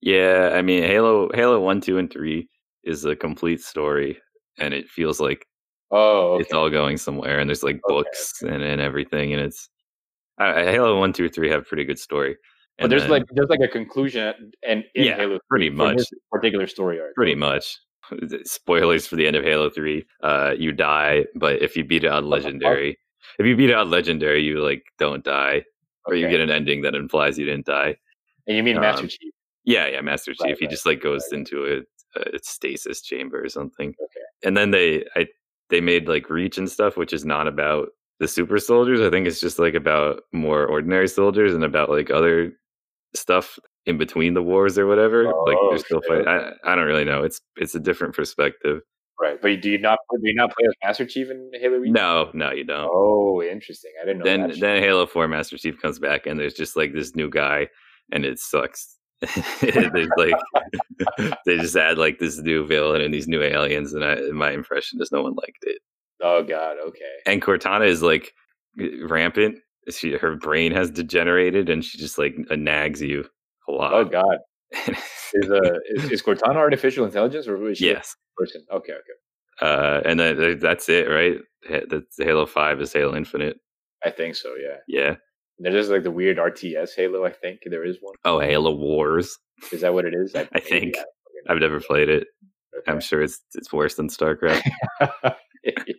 Speaker 2: yeah. I mean, Halo Halo one, two, and three is a complete story, and it feels like
Speaker 1: Oh, okay.
Speaker 2: it's all going somewhere and there's like
Speaker 1: Okay,
Speaker 2: books And, and everything and it's I, I- halo one, two, three have pretty good story
Speaker 1: but
Speaker 2: And
Speaker 1: there's
Speaker 2: then-
Speaker 1: like there's like a conclusion and in
Speaker 2: Yeah,
Speaker 1: Halo
Speaker 2: pretty
Speaker 1: for
Speaker 2: much
Speaker 1: this particular story arc.
Speaker 2: pretty much spoilers for the end of halo 3 uh you die but if you beat it on
Speaker 1: What the fuck?
Speaker 2: legendary if you beat it on legendary you like don't die or you
Speaker 1: Okay.
Speaker 2: get an ending that implies you didn't die
Speaker 1: and you mean Master
Speaker 2: um,
Speaker 1: Chief?
Speaker 2: Yeah, yeah, Master Chief.
Speaker 1: Right,
Speaker 2: he
Speaker 1: right,
Speaker 2: just like goes
Speaker 1: right.
Speaker 2: into a, a stasis chamber or something.
Speaker 1: Okay.
Speaker 2: And then they, I, they made like Reach and stuff, which is not about the super soldiers. I think it's just like about more ordinary soldiers and about like other stuff in between the wars or whatever. like
Speaker 1: Oh,
Speaker 2: they're still
Speaker 1: shit,
Speaker 2: fighting. I, I don't really know. It's it's a different perspective.
Speaker 1: Right. But do you not do you not play as Master Chief in Halo Reach?
Speaker 2: No, no, you don't.
Speaker 1: Oh, interesting. I didn't know
Speaker 2: then
Speaker 1: that. shit.
Speaker 2: then Halo Four Master Chief comes back and there's just like this new guy and it sucks. <laughs> there's like <laughs> they just add like this new villain and these new aliens and I, my impression is no one liked it.
Speaker 1: oh god, okay.
Speaker 2: And Cortana is like rampant. She her brain has degenerated and she just like nags you a
Speaker 1: Oh
Speaker 2: lot.
Speaker 1: god. Is uh is, is Cortana artificial intelligence or is she a
Speaker 2: <laughs> yes.
Speaker 1: person? Okay, okay.
Speaker 2: Uh, and then that's it, right? Ha- That's Halo Five is Halo Infinite.
Speaker 1: I think so, yeah.
Speaker 2: Yeah.
Speaker 1: And there's just like the weird RTS Halo, I think. There is one.
Speaker 2: Oh, Halo Wars.
Speaker 1: Is that what it is?
Speaker 2: <laughs> I
Speaker 1: maybe,
Speaker 2: think.
Speaker 1: don't
Speaker 2: I've never played it.
Speaker 1: fucking know.
Speaker 2: I'm sure it's it's worse than StarCraft.
Speaker 1: <laughs> Okay.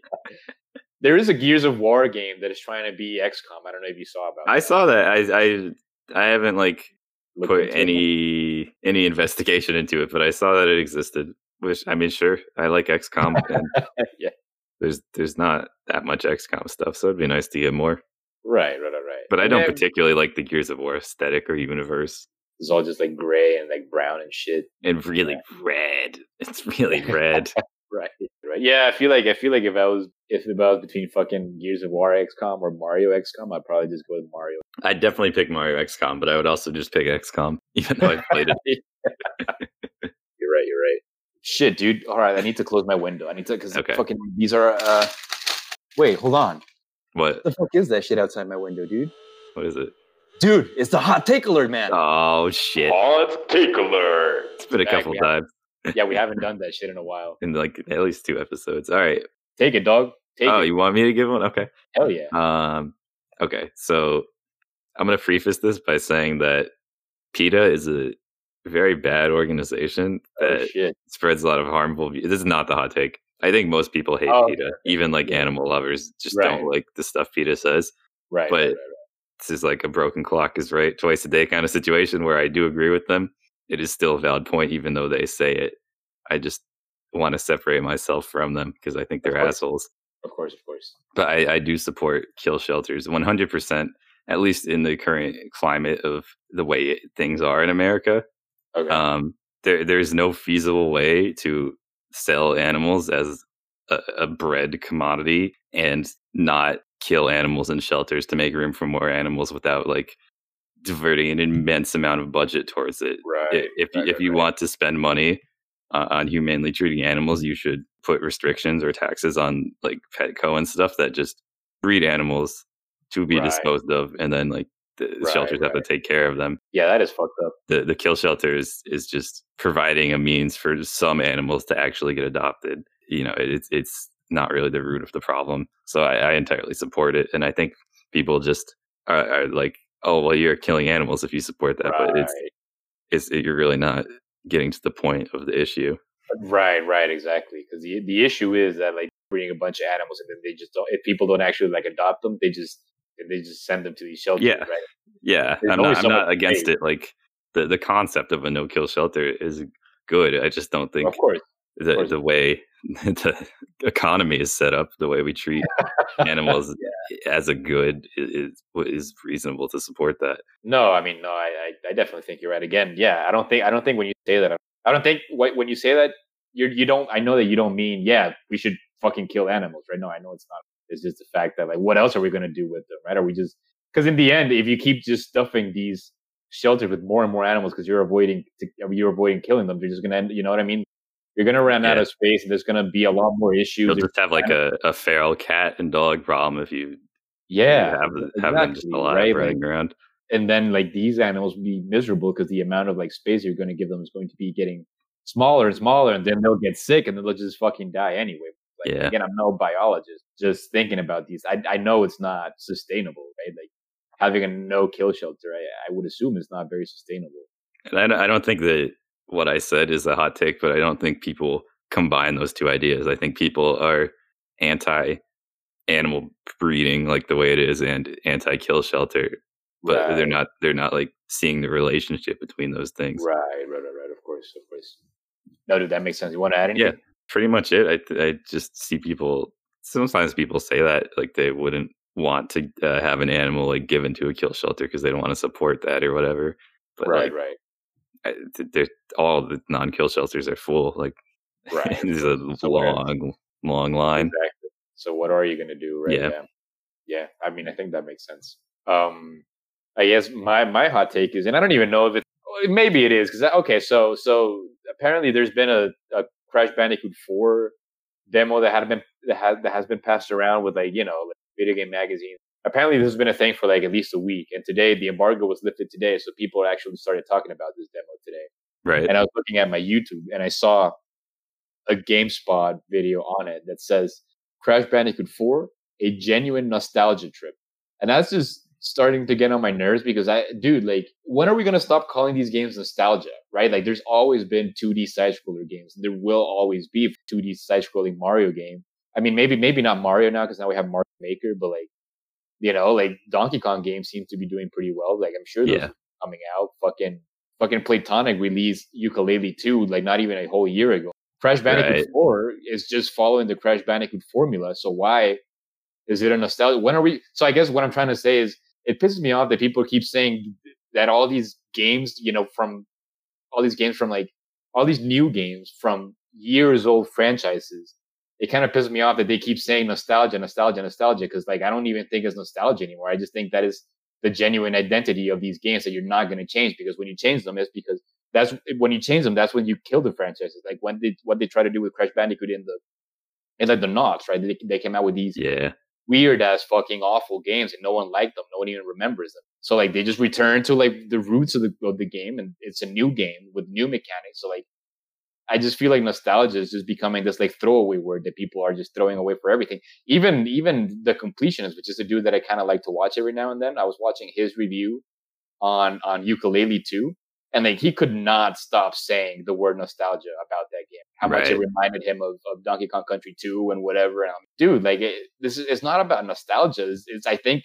Speaker 1: there is a Gears of War game that is trying to be XCOM. I don't know if you saw about
Speaker 2: I
Speaker 1: that.
Speaker 2: saw that. I I I haven't like
Speaker 1: Look
Speaker 2: put
Speaker 1: into it.
Speaker 2: any any investigation into it, but I saw that it existed. Which I mean, sure, I like XCOM, and
Speaker 1: <laughs> Yeah.
Speaker 2: there's there's not that much XCOM stuff, so it'd be nice to get more.
Speaker 1: Right, right, right, right.
Speaker 2: But I
Speaker 1: And
Speaker 2: don't
Speaker 1: then
Speaker 2: particularly like the Gears of War aesthetic or universe.
Speaker 1: It's all just like gray and like brown and shit.
Speaker 2: And really red. It's
Speaker 1: <laughs>
Speaker 2: really red.
Speaker 1: Right, right. Yeah, I feel like I feel like if I was if, if I was between fucking Gears of War XCOM or Mario XCOM, I'd probably just go with Mario.
Speaker 2: I'd definitely pick Mario XCOM, but I would also just pick XCOM, <laughs> even though I've played it.
Speaker 1: You're right. You're right. Shit, dude. All right, I need to close my window. I need to because
Speaker 2: Okay.
Speaker 1: fucking these are. uh Wait, hold on.
Speaker 2: What?
Speaker 1: What the fuck is that shit outside my window, dude?
Speaker 2: What is it?
Speaker 1: Dude, it's the hot take alert, man. <laughs>
Speaker 2: Oh shit!
Speaker 3: Hot take alert.
Speaker 2: It's been a
Speaker 1: Back,
Speaker 2: couple
Speaker 1: yeah.
Speaker 2: times
Speaker 1: yeah, we haven't done that shit in a while.
Speaker 2: in like at least two episodes. All right.
Speaker 1: Take it, dog. Take
Speaker 2: Oh,
Speaker 1: it.
Speaker 2: you want me to give one? Okay.
Speaker 1: Hell yeah.
Speaker 2: Um. Okay. So I'm gonna preface this by saying that PETA is a very bad organization that
Speaker 1: Oh shit.
Speaker 2: spreads a lot of harmful. View- this is not the hot take. I think most people hate
Speaker 1: Oh,
Speaker 2: PETA, even like
Speaker 1: Yeah.
Speaker 2: animal lovers just
Speaker 1: Right.
Speaker 2: don't like the stuff PETA says.
Speaker 1: Right.
Speaker 2: but-
Speaker 1: right, right,
Speaker 2: this is like a broken clock is right twice a day kind of situation where I do agree with them. It is still a valid point, even though they say it. I just want to separate myself from them because I think
Speaker 1: Of
Speaker 2: they're
Speaker 1: course.
Speaker 2: assholes.
Speaker 1: Of course, of course.
Speaker 2: But I, I do support kill shelters 100%, at least in the current climate of the way it, things are in America.
Speaker 1: Okay.
Speaker 2: Um, there, there's no feasible way to sell animals as a, a bread commodity and not kill animals in shelters to make room for more animals without like diverting an immense amount of budget towards it.
Speaker 1: right.
Speaker 2: I- if
Speaker 1: right,
Speaker 2: if
Speaker 1: right,
Speaker 2: you
Speaker 1: right.
Speaker 2: want to spend money uh, on humanely treating animals, you should put restrictions or taxes on like Petco and stuff that just breed animals to be
Speaker 1: Right.
Speaker 2: disposed of, and then like the
Speaker 1: Right,
Speaker 2: shelters have
Speaker 1: right.
Speaker 2: to take care of them
Speaker 1: yeah, that is fucked up.
Speaker 2: the the kill shelter is is just providing a means for some animals to actually get adopted. You know, it, it's it's not really the root of the problem. So I, I entirely support it, and I think people just are, are like, oh well, you're killing animals if you support that, but it's
Speaker 1: Right.
Speaker 2: it's you're really not getting to the point of the issue.
Speaker 1: Right, right, exactly. Because the the issue is that like bringing a bunch of animals and then they just don't. If people don't actually like adopt them, they just they just send them to these shelters.
Speaker 2: Yeah.
Speaker 1: Right?
Speaker 2: Yeah,
Speaker 1: There's
Speaker 2: I'm
Speaker 1: always
Speaker 2: not, I'm
Speaker 1: someone
Speaker 2: not
Speaker 1: to
Speaker 2: against
Speaker 1: save.
Speaker 2: it. Like the the concept of a no kill shelter is good. I just don't think
Speaker 1: Of course.
Speaker 2: the
Speaker 1: course.
Speaker 2: the way <laughs> the economy is set up, the way
Speaker 1: <laughs>
Speaker 2: we treat animals as a good i- is what is reasonable to support that.
Speaker 1: No, I mean, no, I, I, I definitely think you're right. Again, yeah, I don't think, I don't think when you say that, I don't think wh- when you say that, you're, you don't, I know that you don't mean, yeah, we should fucking kill animals, right? No, I know it's not. It's just the fact that, like, what else are we going to do with them, right? Are we just, because in the end, if you keep just stuffing these shelters with more and more animals because you're avoiding, to, you're avoiding killing them, you're just going to end, you know what I mean? You're going to run out
Speaker 2: Yeah.
Speaker 1: of space and there's going to be a lot more
Speaker 2: You'll
Speaker 1: issues.
Speaker 2: just have like a, a feral cat and dog problem if you
Speaker 1: yeah.
Speaker 2: have, have them just
Speaker 1: exactly,
Speaker 2: alive
Speaker 1: right?
Speaker 2: running
Speaker 1: Like,
Speaker 2: around.
Speaker 1: and then like these animals will be miserable because the amount of like space you're going to give them is going to be getting smaller and smaller and then they'll get sick and then they'll just fucking die anyway like
Speaker 2: Yeah.
Speaker 1: again i'm no biologist just thinking about these i, I know it's not sustainable right like having a no kill shelter I, I would assume is not very sustainable
Speaker 2: And I don't, I don't think that what I said is a hot take, but I don't think people combine those two ideas. I think people are anti animal breeding like the way it is and anti kill shelter but they're
Speaker 1: Right.
Speaker 2: not they're not like seeing the relationship between those things
Speaker 1: right right right right of course of course no dude that makes sense you want to add anything
Speaker 2: Yeah. pretty much it. I th- I just see people. Sometimes people say that like they wouldn't want to uh, have an animal like given to a kill shelter because they don't want to support that or whatever. But
Speaker 1: right
Speaker 2: like,
Speaker 1: right
Speaker 2: I, th- they're all the non-kill shelters are full. Like <laughs>
Speaker 1: right
Speaker 2: there's a
Speaker 1: Somewhere.
Speaker 2: long, long line.
Speaker 1: Exactly. So what are you going to do, right?
Speaker 2: Yeah.
Speaker 1: Yeah. Yeah. I mean, I think that makes sense. Um, I guess my my hot take is, and I don't even know if it well, maybe it is because okay, so so apparently there's been a, a Crash Bandicoot four demo that had been that has that has been passed around with like you know like video game magazine. Apparently this has been a thing for like at least a week, and today the embargo was lifted today, so people actually started talking about this demo today
Speaker 2: Right.
Speaker 1: and I was looking at my YouTube and I saw a GameSpot video on it that says Crash Bandicoot 4, a genuine nostalgia trip. And that's just starting to get on my nerves because I dude, like, when are we gonna stop calling these games nostalgia? Right? Like there's always been 2D side scroller games. There will always be a 2D side scrolling Mario game. I mean maybe maybe not Mario now because now we have Mario Maker, but like you know, like Donkey Kong games seem to be doing pretty well. Like I'm sure those
Speaker 2: Yeah.
Speaker 1: are coming out. Fucking fucking Platonic released Ukulele 2 like not even a whole year ago. Crash Bandicoot
Speaker 2: Right.
Speaker 1: 4 is just following the Crash Bandicoot formula. So why Is it a nostalgia? When are we? So I guess what I'm trying to say is it pisses me off that people keep saying that all these games, you know, from all these games from like all these new games from years old franchises. It kind of pisses me off that they keep saying nostalgia, nostalgia, nostalgia, because like I don't even think it's nostalgia anymore. I just think that is the genuine identity of these games that you're not going to change because when you change them, it's because that's when you change them, that's when you kill the franchises. Like when they what they try to do with Crash Bandicoot in the in like the knots, right? They, they came out with these
Speaker 2: Yeah.
Speaker 1: weird ass fucking awful games and no one liked them. No one even remembers them. So like they just return to like the roots of the of the game and it's a new game with new mechanics. So like I just feel like nostalgia is just becoming this like throwaway word that people are just throwing away for everything. Even even the completionist, which is a dude that I kind of like to watch every now and then. I was watching his review on on ukulele 2 and like he could not stop saying the word nostalgia about that game how much it
Speaker 2: Right.
Speaker 1: reminded him of, of donkey kong country 2 and whatever and I'm, dude like it, this is it's not about nostalgia it's, it's i think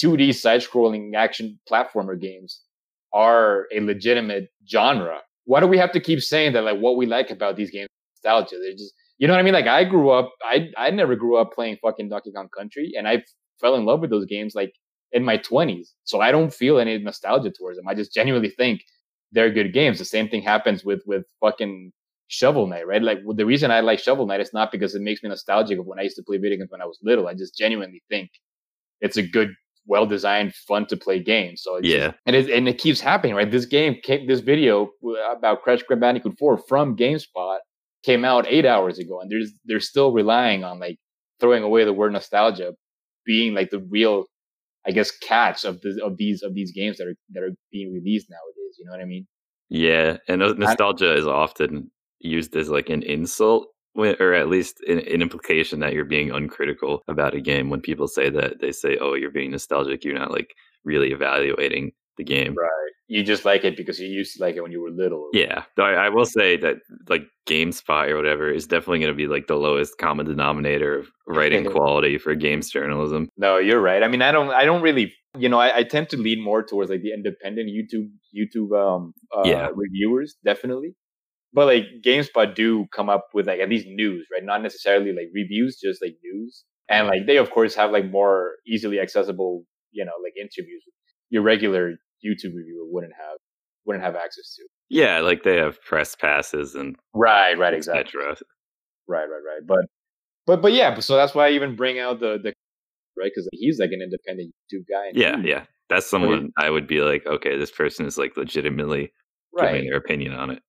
Speaker 1: 2d side-scrolling action platformer games are a legitimate genre why do we have to keep saying that like what we like about these games is nostalgia they're just you know what i mean like i grew up i i never grew up playing fucking donkey kong country and i fell in love with those games like in my 20s. So I don't feel any nostalgia towards them. I just genuinely think they're good games. The same thing happens with with fucking Shovel Knight, right? Like well, the reason I like Shovel Knight is not because it makes me nostalgic of when I used to play video games when I was little. I just genuinely think it's a good, well designed, fun to play game. So it's
Speaker 2: Yeah.
Speaker 1: and it and it keeps happening, right? This game, came, this video uh, about Crash Bandicoot Four from GameSpot came out eight hours ago, and there's they're still relying on like throwing away the word nostalgia being like the real, I guess, catch of the, of these of these games that are that are being released nowadays. You know what I mean?
Speaker 2: Yeah, and no- nostalgia is often used as like an insult, when- or at least an, an implication that you're being uncritical about a game. When people say that, they say, "Oh, you're being nostalgic. You're not like really evaluating the game."
Speaker 1: Right. You just like it because you used to like it when you were little.
Speaker 2: Yeah, though I, I will say that like GameSpot or whatever is definitely going to be like the lowest common denominator of
Speaker 1: <laughs>
Speaker 2: writing quality for games journalism.
Speaker 1: No, you're right. I mean, I don't I don't really you know I, I tend to lean more towards like the independent YouTube YouTube um uh,
Speaker 2: Yeah.
Speaker 1: reviewers definitely. But like GameSpot do come up with like at least news, right? Not necessarily like reviews, just like news. And like they of course have like more easily accessible, you know, like interviews your regular YouTube reviewer wouldn't have wouldn't have access to.
Speaker 2: Yeah, like they have press passes and
Speaker 1: Right, right,
Speaker 2: etc.
Speaker 1: Right, right, right. But but but yeah, so that's why I even bring out the the right because he's like an independent YouTube guy. and
Speaker 2: Yeah,
Speaker 1: he-
Speaker 2: yeah, that's someone I would be like, okay, this person is like legitimately
Speaker 1: right.
Speaker 2: giving their opinion on it.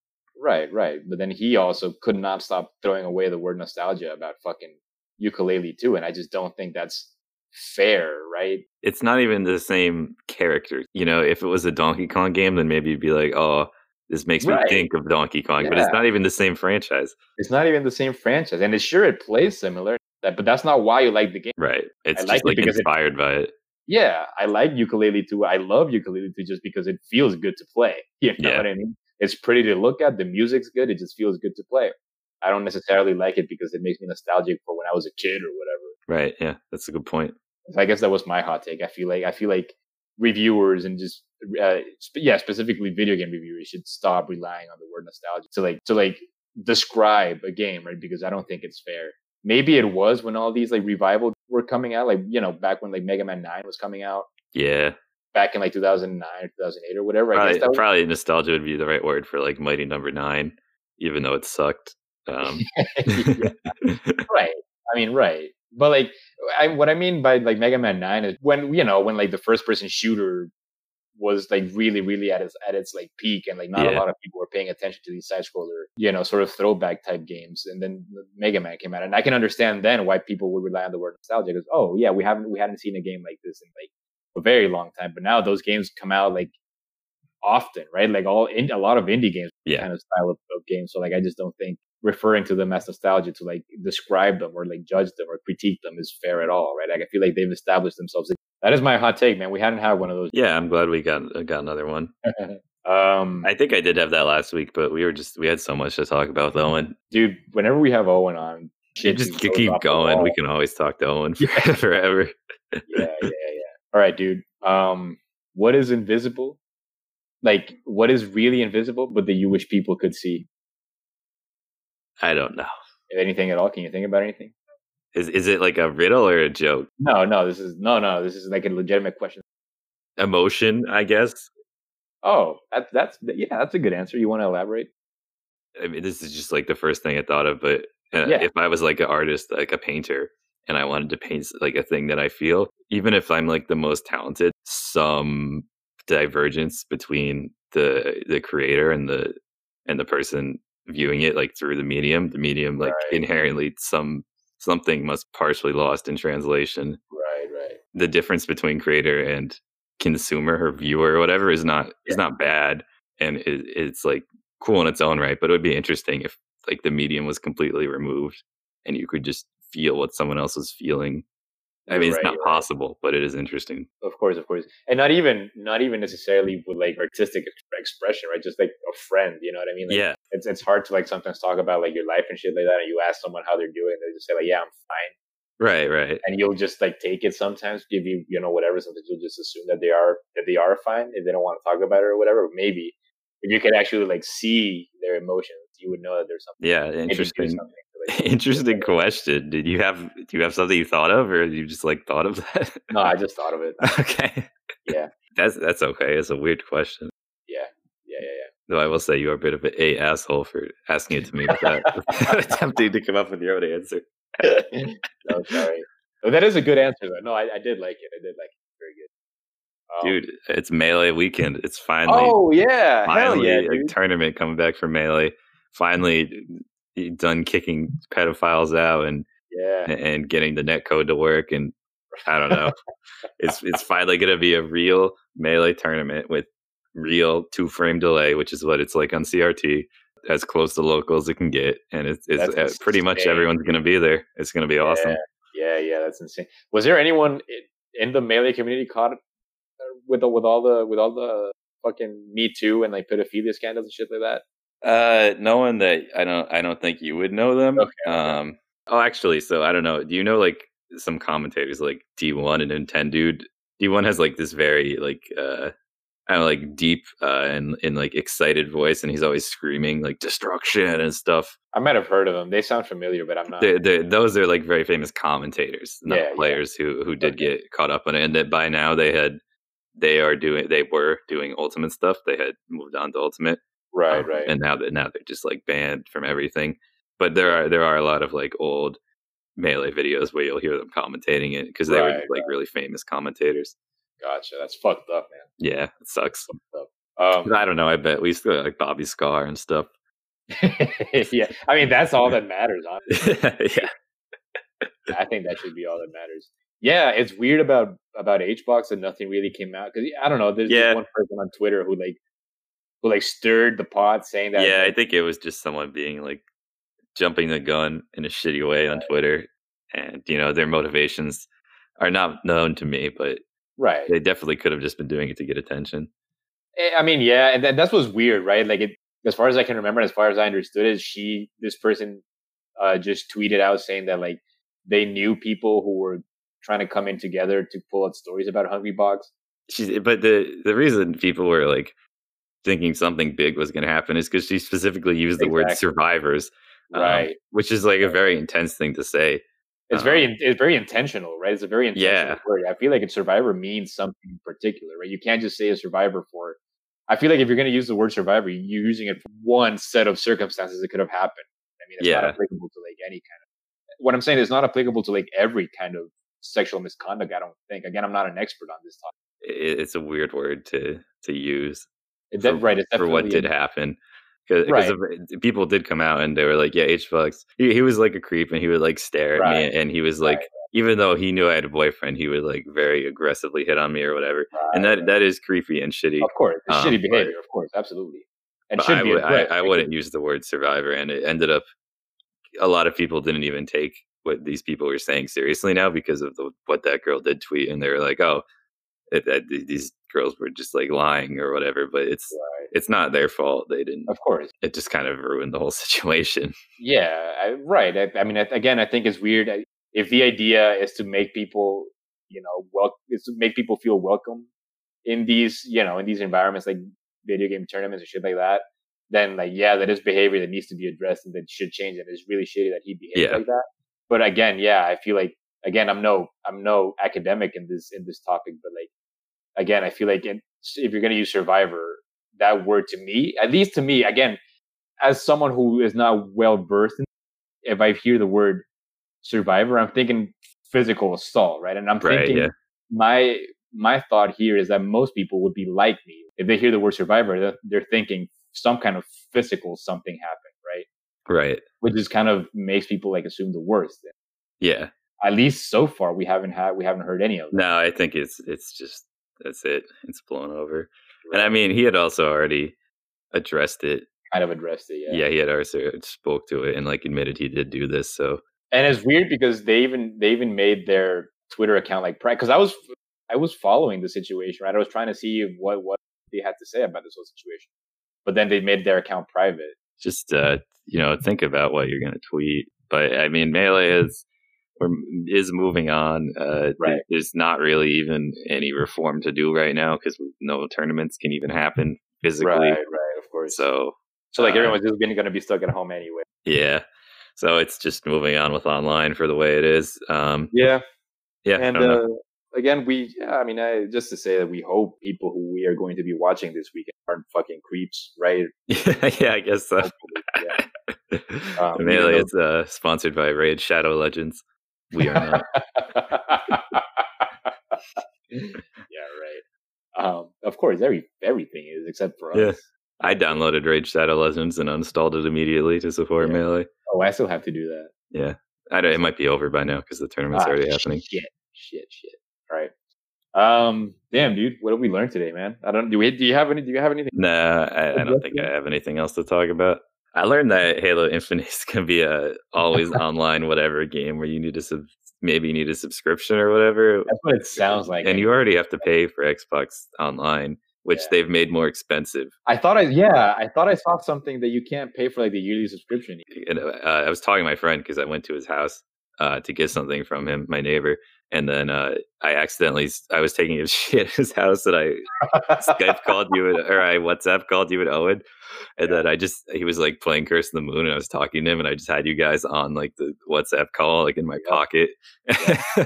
Speaker 1: Right, right. But then he also could not stop throwing away the word nostalgia about fucking ukulele too, and I just don't think that's fair, right?
Speaker 2: It's not even the same character. You know, if it was a Donkey Kong game, then maybe you'd be like, oh, this makes
Speaker 1: Right.
Speaker 2: me think of Donkey Kong, but
Speaker 1: Yeah.
Speaker 2: it's not even the same franchise.
Speaker 1: It's not even the same franchise, and it sure it plays similar, that- but that's not why you like the game.
Speaker 2: Right. It's
Speaker 1: like
Speaker 2: just
Speaker 1: it
Speaker 2: like
Speaker 1: because it-
Speaker 2: inspired by it.
Speaker 1: Yeah, I like ukulele too. I love ukulele too, just because it feels good to play. <laughs> You know
Speaker 2: Yeah.
Speaker 1: what I mean? It's pretty to look at. The music's good. It just feels good to play. I don't necessarily like it because it makes me nostalgic for when I was a kid or whatever.
Speaker 2: Right. Yeah. That's a good point.
Speaker 1: So I guess that was my hot take. I feel like I feel like reviewers and just uh, sp- yeah, specifically video game reviewers should stop relying on the word nostalgia to like to like describe a game, right? Because I don't think it's fair. Maybe it was when all these like revival were coming out, like you know, back when like Mega Man Nine was coming out
Speaker 2: Yeah.
Speaker 1: back in like 2009 or 2008 or whatever. I
Speaker 2: Probably,
Speaker 1: guess that was,
Speaker 2: probably nostalgia would be the right word for like Mighty Number Nine, even though it sucked.
Speaker 1: <laughs>
Speaker 2: Um,
Speaker 1: right. I mean, right. But like, I, what I mean by like Mega Man Nine is when you know when like the first person shooter was like really, really at its at its like peak, and like not a
Speaker 2: Yeah.
Speaker 1: lot of people were paying attention to these side scroller, you know, sort of throwback type games. And then Mega Man came out, and I can understand then why people would rely on the word nostalgia because oh yeah, we haven't we hadn't seen a game like this in like a very long time, but now those games come out like often, right? Like all in, a lot of indie games
Speaker 2: yeah.
Speaker 1: kind of style of, of game. So like I just don't think referring to them as nostalgia to like describe them or like judge them or critique them is fair at all, right? Like I feel like they've established themselves. That is my hot take, man. We hadn't had one of those.
Speaker 2: <laughs> Yeah. I'm glad we got uh, got another one.
Speaker 1: Um,
Speaker 2: I think I did have that last week, but we were just we had so much to talk about with Owen.
Speaker 1: dude, whenever we have Owen on,
Speaker 2: You
Speaker 1: shit
Speaker 2: just
Speaker 1: goes
Speaker 2: keep
Speaker 1: off the
Speaker 2: going.
Speaker 1: wall.
Speaker 2: We can always talk
Speaker 1: <laughs>
Speaker 2: to Owen forever.
Speaker 1: yeah, yeah, yeah. All right, dude. Um, what is invisible? Like, what is really invisible, but that you wish people could see?
Speaker 2: I don't know.
Speaker 1: If anything at all, can you think about anything?
Speaker 2: Is is it like a riddle or a joke?
Speaker 1: No, no, this is no, no, this is like a legitimate question.
Speaker 2: Emotion, I guess.
Speaker 1: Oh, that, that's yeah, that's a good answer. You want to elaborate?
Speaker 2: I mean, this is just like the first thing I thought of. But uh,
Speaker 1: Yeah.
Speaker 2: if I was like an artist, like a painter, and I wanted to paint like a thing that I feel, even if I'm like the most talented, some divergence between the the creator and the and the person viewing it, like through the medium, the medium like
Speaker 1: Right.
Speaker 2: inherently some something must partially lost in translation.
Speaker 1: Right, right.
Speaker 2: The difference between creator and consumer or viewer or whatever is not is not bad, and it, it's like cool in its own right. But it would be interesting if like the medium was completely removed and you could just feel what someone else is feeling. I mean,
Speaker 1: You're
Speaker 2: it's
Speaker 1: right,
Speaker 2: not
Speaker 1: you're right.
Speaker 2: possible, but it is interesting.
Speaker 1: Of course, of course, and not even not even necessarily with like artistic ex- expression, right? Just like a friend, you know what I mean? Like,
Speaker 2: yeah,
Speaker 1: it's it's hard to like sometimes talk about like your life and shit like that, and you ask someone how they're doing, they just say like, "Yeah, I'm fine,"
Speaker 2: right, right.
Speaker 1: and you'll just like take it sometimes, give you you know whatever. Sometimes you'll just assume that they are that they are fine if they don't want to talk about it or whatever. Maybe if you could actually like see their emotions, you would know that there's something
Speaker 2: Yeah,
Speaker 1: maybe do
Speaker 2: <laughs> interesting.
Speaker 1: something to, like, <laughs>
Speaker 2: Interesting question. Did you have do you have something you thought of, or you just like thought of that? <laughs>
Speaker 1: No, I just thought of it.
Speaker 2: okay.
Speaker 1: Yeah.
Speaker 2: That's that's okay. It's a weird question.
Speaker 1: Yeah, yeah, yeah.
Speaker 2: Though I will say you are a bit of a, a asshole for asking it to me without <laughs> attempting to come up with your own answer.
Speaker 1: <laughs> No, sorry. No, that is a good answer though. No, I, I did like it. I did like it. Very good. Um,
Speaker 2: <laughs> Dude, it's melee weekend. It's finally
Speaker 1: oh yeah, hell
Speaker 2: finally
Speaker 1: yeah,
Speaker 2: a
Speaker 1: dude.
Speaker 2: tournament coming back for melee. Finally e, done kicking pedophiles out and
Speaker 1: yeah.
Speaker 2: and getting the net code to work and I don't <laughs> know. it's it's finally gonna be a real melee tournament with real two frame delay, which is what it's like on CRT, as close to local as it can get. And it's, it's
Speaker 1: That's
Speaker 2: uh, pretty much
Speaker 1: insane.
Speaker 2: everyone's gonna be there. It's gonna be awesome.
Speaker 1: Yeah, yeah, that's insane. Was there anyone i- in the melee community caught uh, with the, with all the with all the fucking Me Too and like pedophilia scandals and shit like that?
Speaker 2: Uh, no one that I don't I don't think you would know them.
Speaker 1: Okay, okay.
Speaker 2: Um. Oh, actually, so I don't know. Do you know like some commentators like D one and Nintendude? D one has like this very like uh. I don't know, like deep uh, and in like excited voice, and he's always screaming like destruction and stuff.
Speaker 1: I might have heard of them. They sound familiar, but I'm not.
Speaker 2: They're, they're, those are like very famous commentators, not
Speaker 1: Yeah, yeah.
Speaker 2: players who who did
Speaker 1: Okay.
Speaker 2: get caught up on it. And that by now they had, they are doing, they were doing ultimate stuff. They had moved on to ultimate,
Speaker 1: right,
Speaker 2: <laughs> um,
Speaker 1: right.
Speaker 2: And now that now they're just like banned from everything. But there are there are a lot of like old melee videos where you'll hear them commentating it because they were
Speaker 1: Right,
Speaker 2: just, like really famous commentators.
Speaker 1: Gotcha. That's fucked up, man.
Speaker 2: Yeah, it sucks.
Speaker 1: Um,
Speaker 2: But I don't know. I bet we still got, like Bobby Scar and stuff. <laughs>
Speaker 1: <laughs> yeah, I mean that's all that matters. Honestly.
Speaker 2: yeah,
Speaker 1: I think that should be all that matters. Yeah, it's weird about about HBox and nothing really came out because I don't know. There's
Speaker 2: Yeah.
Speaker 1: this one person on Twitter who like who like stirred the pot saying that
Speaker 2: yeah. I
Speaker 1: like,
Speaker 2: think it was just someone being like jumping the gun in a shitty way on Twitter, and you know their motivations are not known to me, but
Speaker 1: right.
Speaker 2: they definitely could have just been doing it to get attention.
Speaker 1: Eh, I mean, yeah, and that, that's what's weird, right? Like, it, as far as I can remember, as far as I understood it, she this person uh, just tweeted out saying that like they knew people who were trying to come in together to pull out stories about Hungry Box.
Speaker 2: she's eh, but the the reason people were like thinking something big was going to happen is because she specifically used the word
Speaker 1: Exactly.
Speaker 2: survivors um, which is like a very intense thing to say
Speaker 1: It's very it's very intentional, right? It's a very intentional
Speaker 2: Yeah.
Speaker 1: word. I feel like a survivor means something in particular, right? You can't just say a survivor for. I feel like if you're going to use the word survivor, you're using it for one set of circumstances that could have happened. I mean, it's
Speaker 2: Yeah.
Speaker 1: not applicable to like any kind of. What I'm saying is not applicable to like every kind of sexual misconduct. I don't think. Again, I'm not an expert on this topic.
Speaker 2: I- i it's a weird word to to use
Speaker 1: It's
Speaker 2: For-
Speaker 1: that right. It's
Speaker 2: for what
Speaker 1: definitely
Speaker 2: did
Speaker 1: a-
Speaker 2: happen because
Speaker 1: Right.
Speaker 2: eh, people did come out and they were like yeah hbox he, he was like a creep and he would like stare at
Speaker 1: Right.
Speaker 2: me and he was
Speaker 1: Right,
Speaker 2: like even though he knew i had a boyfriend he would like very aggressively hit on me or whatever and that that is creepy and shitty
Speaker 1: of course, it's
Speaker 2: um,
Speaker 1: shitty
Speaker 2: but-
Speaker 1: behavior. Of course, absolutely, and
Speaker 2: But
Speaker 1: should
Speaker 2: I,
Speaker 1: be.
Speaker 2: would, I,
Speaker 1: addressed,
Speaker 2: I
Speaker 1: right?
Speaker 2: wouldn't use the word survivor, and it ended up a lot of people didn't even take what these people were saying seriously now because of the, what that girl did tweet, and they were like, "Oh, it, that- th- these girls were just like lying or whatever," but it's
Speaker 1: Right.
Speaker 2: it's not their fault. They didn't.
Speaker 1: Of course.
Speaker 2: It just kind of ruined the whole <laughs> situation.
Speaker 1: Yeah, I, right. I, I mean, I, again, I think it's weird I- if the idea is to make people, you know, wel- is to make people feel welcome in these, you know, in these environments like video game tournaments and shit like that. Then, like, yeah, that is behavior that needs to be addressed and that should change, and it's really shitty that he behaved
Speaker 2: Yeah.
Speaker 1: like that. But again, yeah, I feel like again, I'm no I'm no academic in this in this topic, but like again, I feel like in, if you're gonna use survivor, that word to me, at least to me, again, as someone who is not well versed in, if I hear the word survivor, I'm thinking physical assault, right? And I'm
Speaker 2: Right,
Speaker 1: thinking
Speaker 2: yeah.
Speaker 1: my my thought here is that most people would be like me if they hear the word survivor, they're, they're thinking some kind of physical something happened, right?
Speaker 2: Right.
Speaker 1: Which just kind of makes people like assume the worst.
Speaker 2: Yeah.
Speaker 1: At least so far, we haven't had we haven't heard any of that.
Speaker 2: No, I think it's it's just that's it. It's blown over. And I mean, he had also already addressed it.
Speaker 1: Kind of addressed it,
Speaker 2: Yeah, he had also spoke to it and like admitted he did do this. So
Speaker 1: and it's weird because they even they even made their Twitter account like because I was I was following the situation right I was trying to see what what they had to say about this whole situation but then they made their account private
Speaker 2: just uh, you know think about what you're going to tweet. But I mean, melee is or is moving on. Uh,
Speaker 1: Right.
Speaker 2: There's not really even any reform to do right now because no tournaments can even happen physically.
Speaker 1: right of course so,
Speaker 2: So
Speaker 1: like
Speaker 2: uh,
Speaker 1: everyone's just going to be stuck at home anyway
Speaker 2: yeah, so it's just moving on with online for the way it is. Um,
Speaker 1: yeah
Speaker 2: yeah, I
Speaker 1: and
Speaker 2: don't know.
Speaker 1: uh, again we yeah I mean I just to say that we hope people who we are going to be watching this weekend aren't fucking creeps <laughs> right
Speaker 2: <laughs> yeah, I guess so.
Speaker 1: Hopefully,
Speaker 2: <laughs>
Speaker 1: yeah. Um, even
Speaker 2: Melee
Speaker 1: though-
Speaker 2: is uh, sponsored by Raid Shadow Legends. We
Speaker 1: <laughs>
Speaker 2: are not.
Speaker 1: yeah, right. Um, of course, every everything is except for us.
Speaker 2: Yeah. I downloaded Raid Shadow Legends and uninstalled it immediately to support
Speaker 1: Yeah.
Speaker 2: Melee.
Speaker 1: Oh, I still have to do that.
Speaker 2: Yeah. I don't, it might be over by now because the tournament's
Speaker 1: Ah,
Speaker 2: already happening.
Speaker 1: Shit, shit, shit. All right. Um, damn, dude, what did we learn today, man? I don't. Do we? Do you have any? Do you have anything?
Speaker 2: Nah, I, I don't think I have anything else to talk about. I learned that Halo Infinite <laughs> is going to be a
Speaker 1: <laughs>
Speaker 2: always online whatever game where you need to sub- maybe you need a subscription or whatever.
Speaker 1: That's what it sounds like.
Speaker 2: and you already have to pay for Xbox Online, which
Speaker 1: Yeah.
Speaker 2: they've made more expensive.
Speaker 1: I thought I yeah. I thought I saw something that you can't pay for like the yearly subscription.
Speaker 2: and uh, I was talking to my friend because I went to his house uh, to get something from him, my neighbor, and then uh, I accidentally s- I was taking his <laughs> shit at his house, and I Skype called you and, or I WhatsApp called you and Owen, and then I just he was like playing Curse in the Moon, and I was talking to him, and I just had you guys on like the WhatsApp call like in my
Speaker 1: Yeah.
Speaker 2: pocket, <laughs>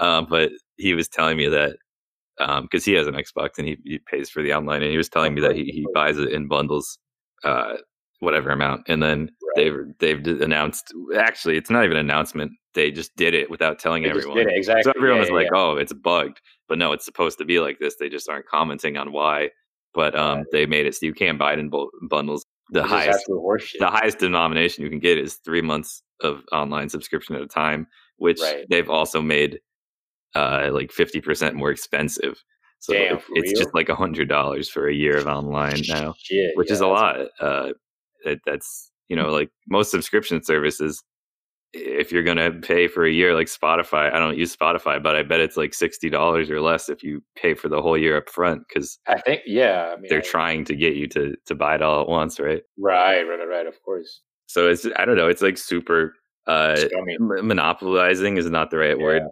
Speaker 2: um, but he was telling me that. Because he has an Xbox and he, he pays for the online, and he was telling me that he, he buys it in bundles, uh, whatever amount, and then they've they've d- announced actually it's not even an announcement they just did it without telling
Speaker 1: They just
Speaker 2: everyone
Speaker 1: did it, exactly.
Speaker 2: so everyone
Speaker 1: yeah,
Speaker 2: was
Speaker 1: yeah,
Speaker 2: like
Speaker 1: yeah.
Speaker 2: oh it's bugged but no it's supposed to be like this they just aren't commenting on why but um
Speaker 1: Right.
Speaker 2: they made it so you can't buy it in bu- bundles the
Speaker 1: This is
Speaker 2: highest
Speaker 1: absolute horseshit.
Speaker 2: the highest denomination you can get is three months of online subscription at a time which
Speaker 1: Right.
Speaker 2: they've also made uh like 50% more expensive so
Speaker 1: Damn,
Speaker 2: it-
Speaker 1: for
Speaker 2: it's just
Speaker 1: real?
Speaker 2: like a hundred dollars for a year of online now
Speaker 1: Shit,
Speaker 2: which
Speaker 1: yeah, Mm-hmm.
Speaker 2: is a
Speaker 1: that's-
Speaker 2: lot. Uh, it, that's you know, like most subscription services, if you're gonna pay for a year, like Spotify, I don't use Spotify, but I bet it's like sixty dollars or less if you pay for the whole year up front because
Speaker 1: I think yeah. I mean,
Speaker 2: they're
Speaker 1: I-
Speaker 2: trying to get you to to buy it all at once, right?
Speaker 1: Right, right, right, right. Of course.
Speaker 2: So it's I don't know, it's like super. Uh,
Speaker 1: Scummy.
Speaker 2: m- monopolizing is not the right
Speaker 1: Yeah.
Speaker 2: word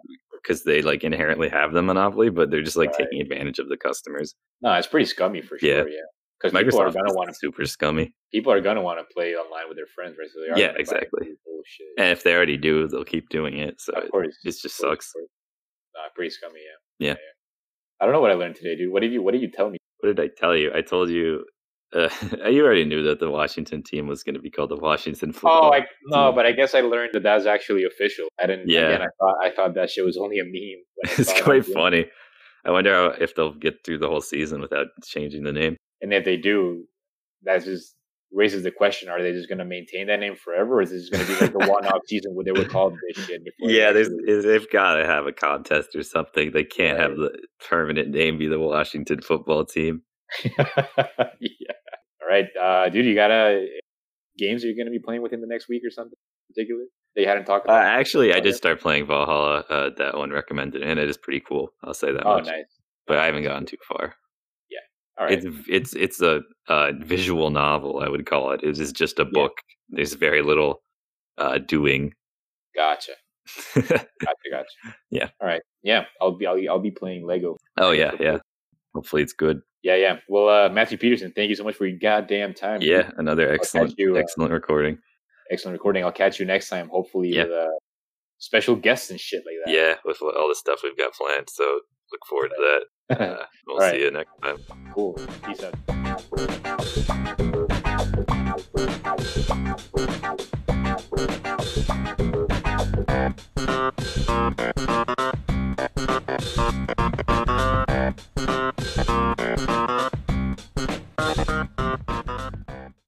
Speaker 2: because they like inherently have the monopoly, but they're just like
Speaker 1: Right.
Speaker 2: taking advantage of the customers.
Speaker 1: No, it's pretty scummy for
Speaker 2: Yeah.
Speaker 1: sure. Yeah, because people are
Speaker 2: Microsoft
Speaker 1: gonna
Speaker 2: is
Speaker 1: want to
Speaker 2: super scummy,
Speaker 1: people are gonna want to play online with their friends, right? So they are
Speaker 2: Yeah,
Speaker 1: gonna buy
Speaker 2: exactly.
Speaker 1: this Bullshit.
Speaker 2: and if they already do, they'll keep doing it. So
Speaker 1: of course,
Speaker 2: it just
Speaker 1: of course,
Speaker 2: sucks.
Speaker 1: of course. Nah, pretty scummy. uh, Yeah.
Speaker 2: Yeah.
Speaker 1: I don't know what I learned today, dude. What did you What did you tell me?
Speaker 2: what did I tell you? I told you, uh, <laughs> you already knew that the Washington team was going to be called the Washington
Speaker 1: Oh,
Speaker 2: football.
Speaker 1: I, no,
Speaker 2: Mm.
Speaker 1: but I guess I learned that that's actually official. I didn't.
Speaker 2: Yeah.
Speaker 1: Again, I thought I thought that shit was only a meme. <laughs> when I
Speaker 2: <laughs> it's
Speaker 1: saw it on
Speaker 2: quite
Speaker 1: the-
Speaker 2: funny. I wonder how, if they'll get through the whole season without changing the name.
Speaker 1: And if they do, that just raises the question: Are they just going to maintain that name forever, or is this going to be like the one-off season where they were called this shit? <laughs> before they
Speaker 2: Yeah, there's,
Speaker 1: actually-
Speaker 2: is- they've got to have a contest or something. They can't have the permanent name be the Washington football team.
Speaker 1: <laughs> yeah. All right, uh, dude. You got a games you're going to be playing within the next week or something in particular that you hadn't talked
Speaker 2: Uh,
Speaker 1: about?
Speaker 2: actually, I
Speaker 1: Okay.
Speaker 2: did start playing Valhalla. Uh, that one recommended, and it is pretty cool. I'll say that
Speaker 1: Oh,
Speaker 2: much.
Speaker 1: nice.
Speaker 2: But I haven't gotten too far.
Speaker 1: All right.
Speaker 2: It's it's it's a uh, visual novel, I would call it. It is just a book. There's very little uh, doing. <laughs> Oh,
Speaker 1: gotcha. Gotcha. Gotcha.
Speaker 2: Yeah.
Speaker 1: All right. Yeah. I'll be. I'll, be- I'll be playing Lego.
Speaker 2: oh yeah, yeah. Hopefully it's good.
Speaker 1: Yeah. Yeah. Well, uh, Matthew Peterson, thank you so much for your goddamn time. dude.
Speaker 2: Yeah, another
Speaker 1: catch
Speaker 2: excellent
Speaker 1: you, uh,
Speaker 2: excellent recording.
Speaker 1: Excellent recording. I'll catch you next time, hopefully
Speaker 2: Yeah.
Speaker 1: with uh, special guests and shit like that.
Speaker 2: Yeah, with what- all the stuff we've got planned. So look
Speaker 1: <laughs>
Speaker 2: forward to that. Uh, we'll
Speaker 1: All right.
Speaker 2: see you next time.
Speaker 1: cool. Peace out.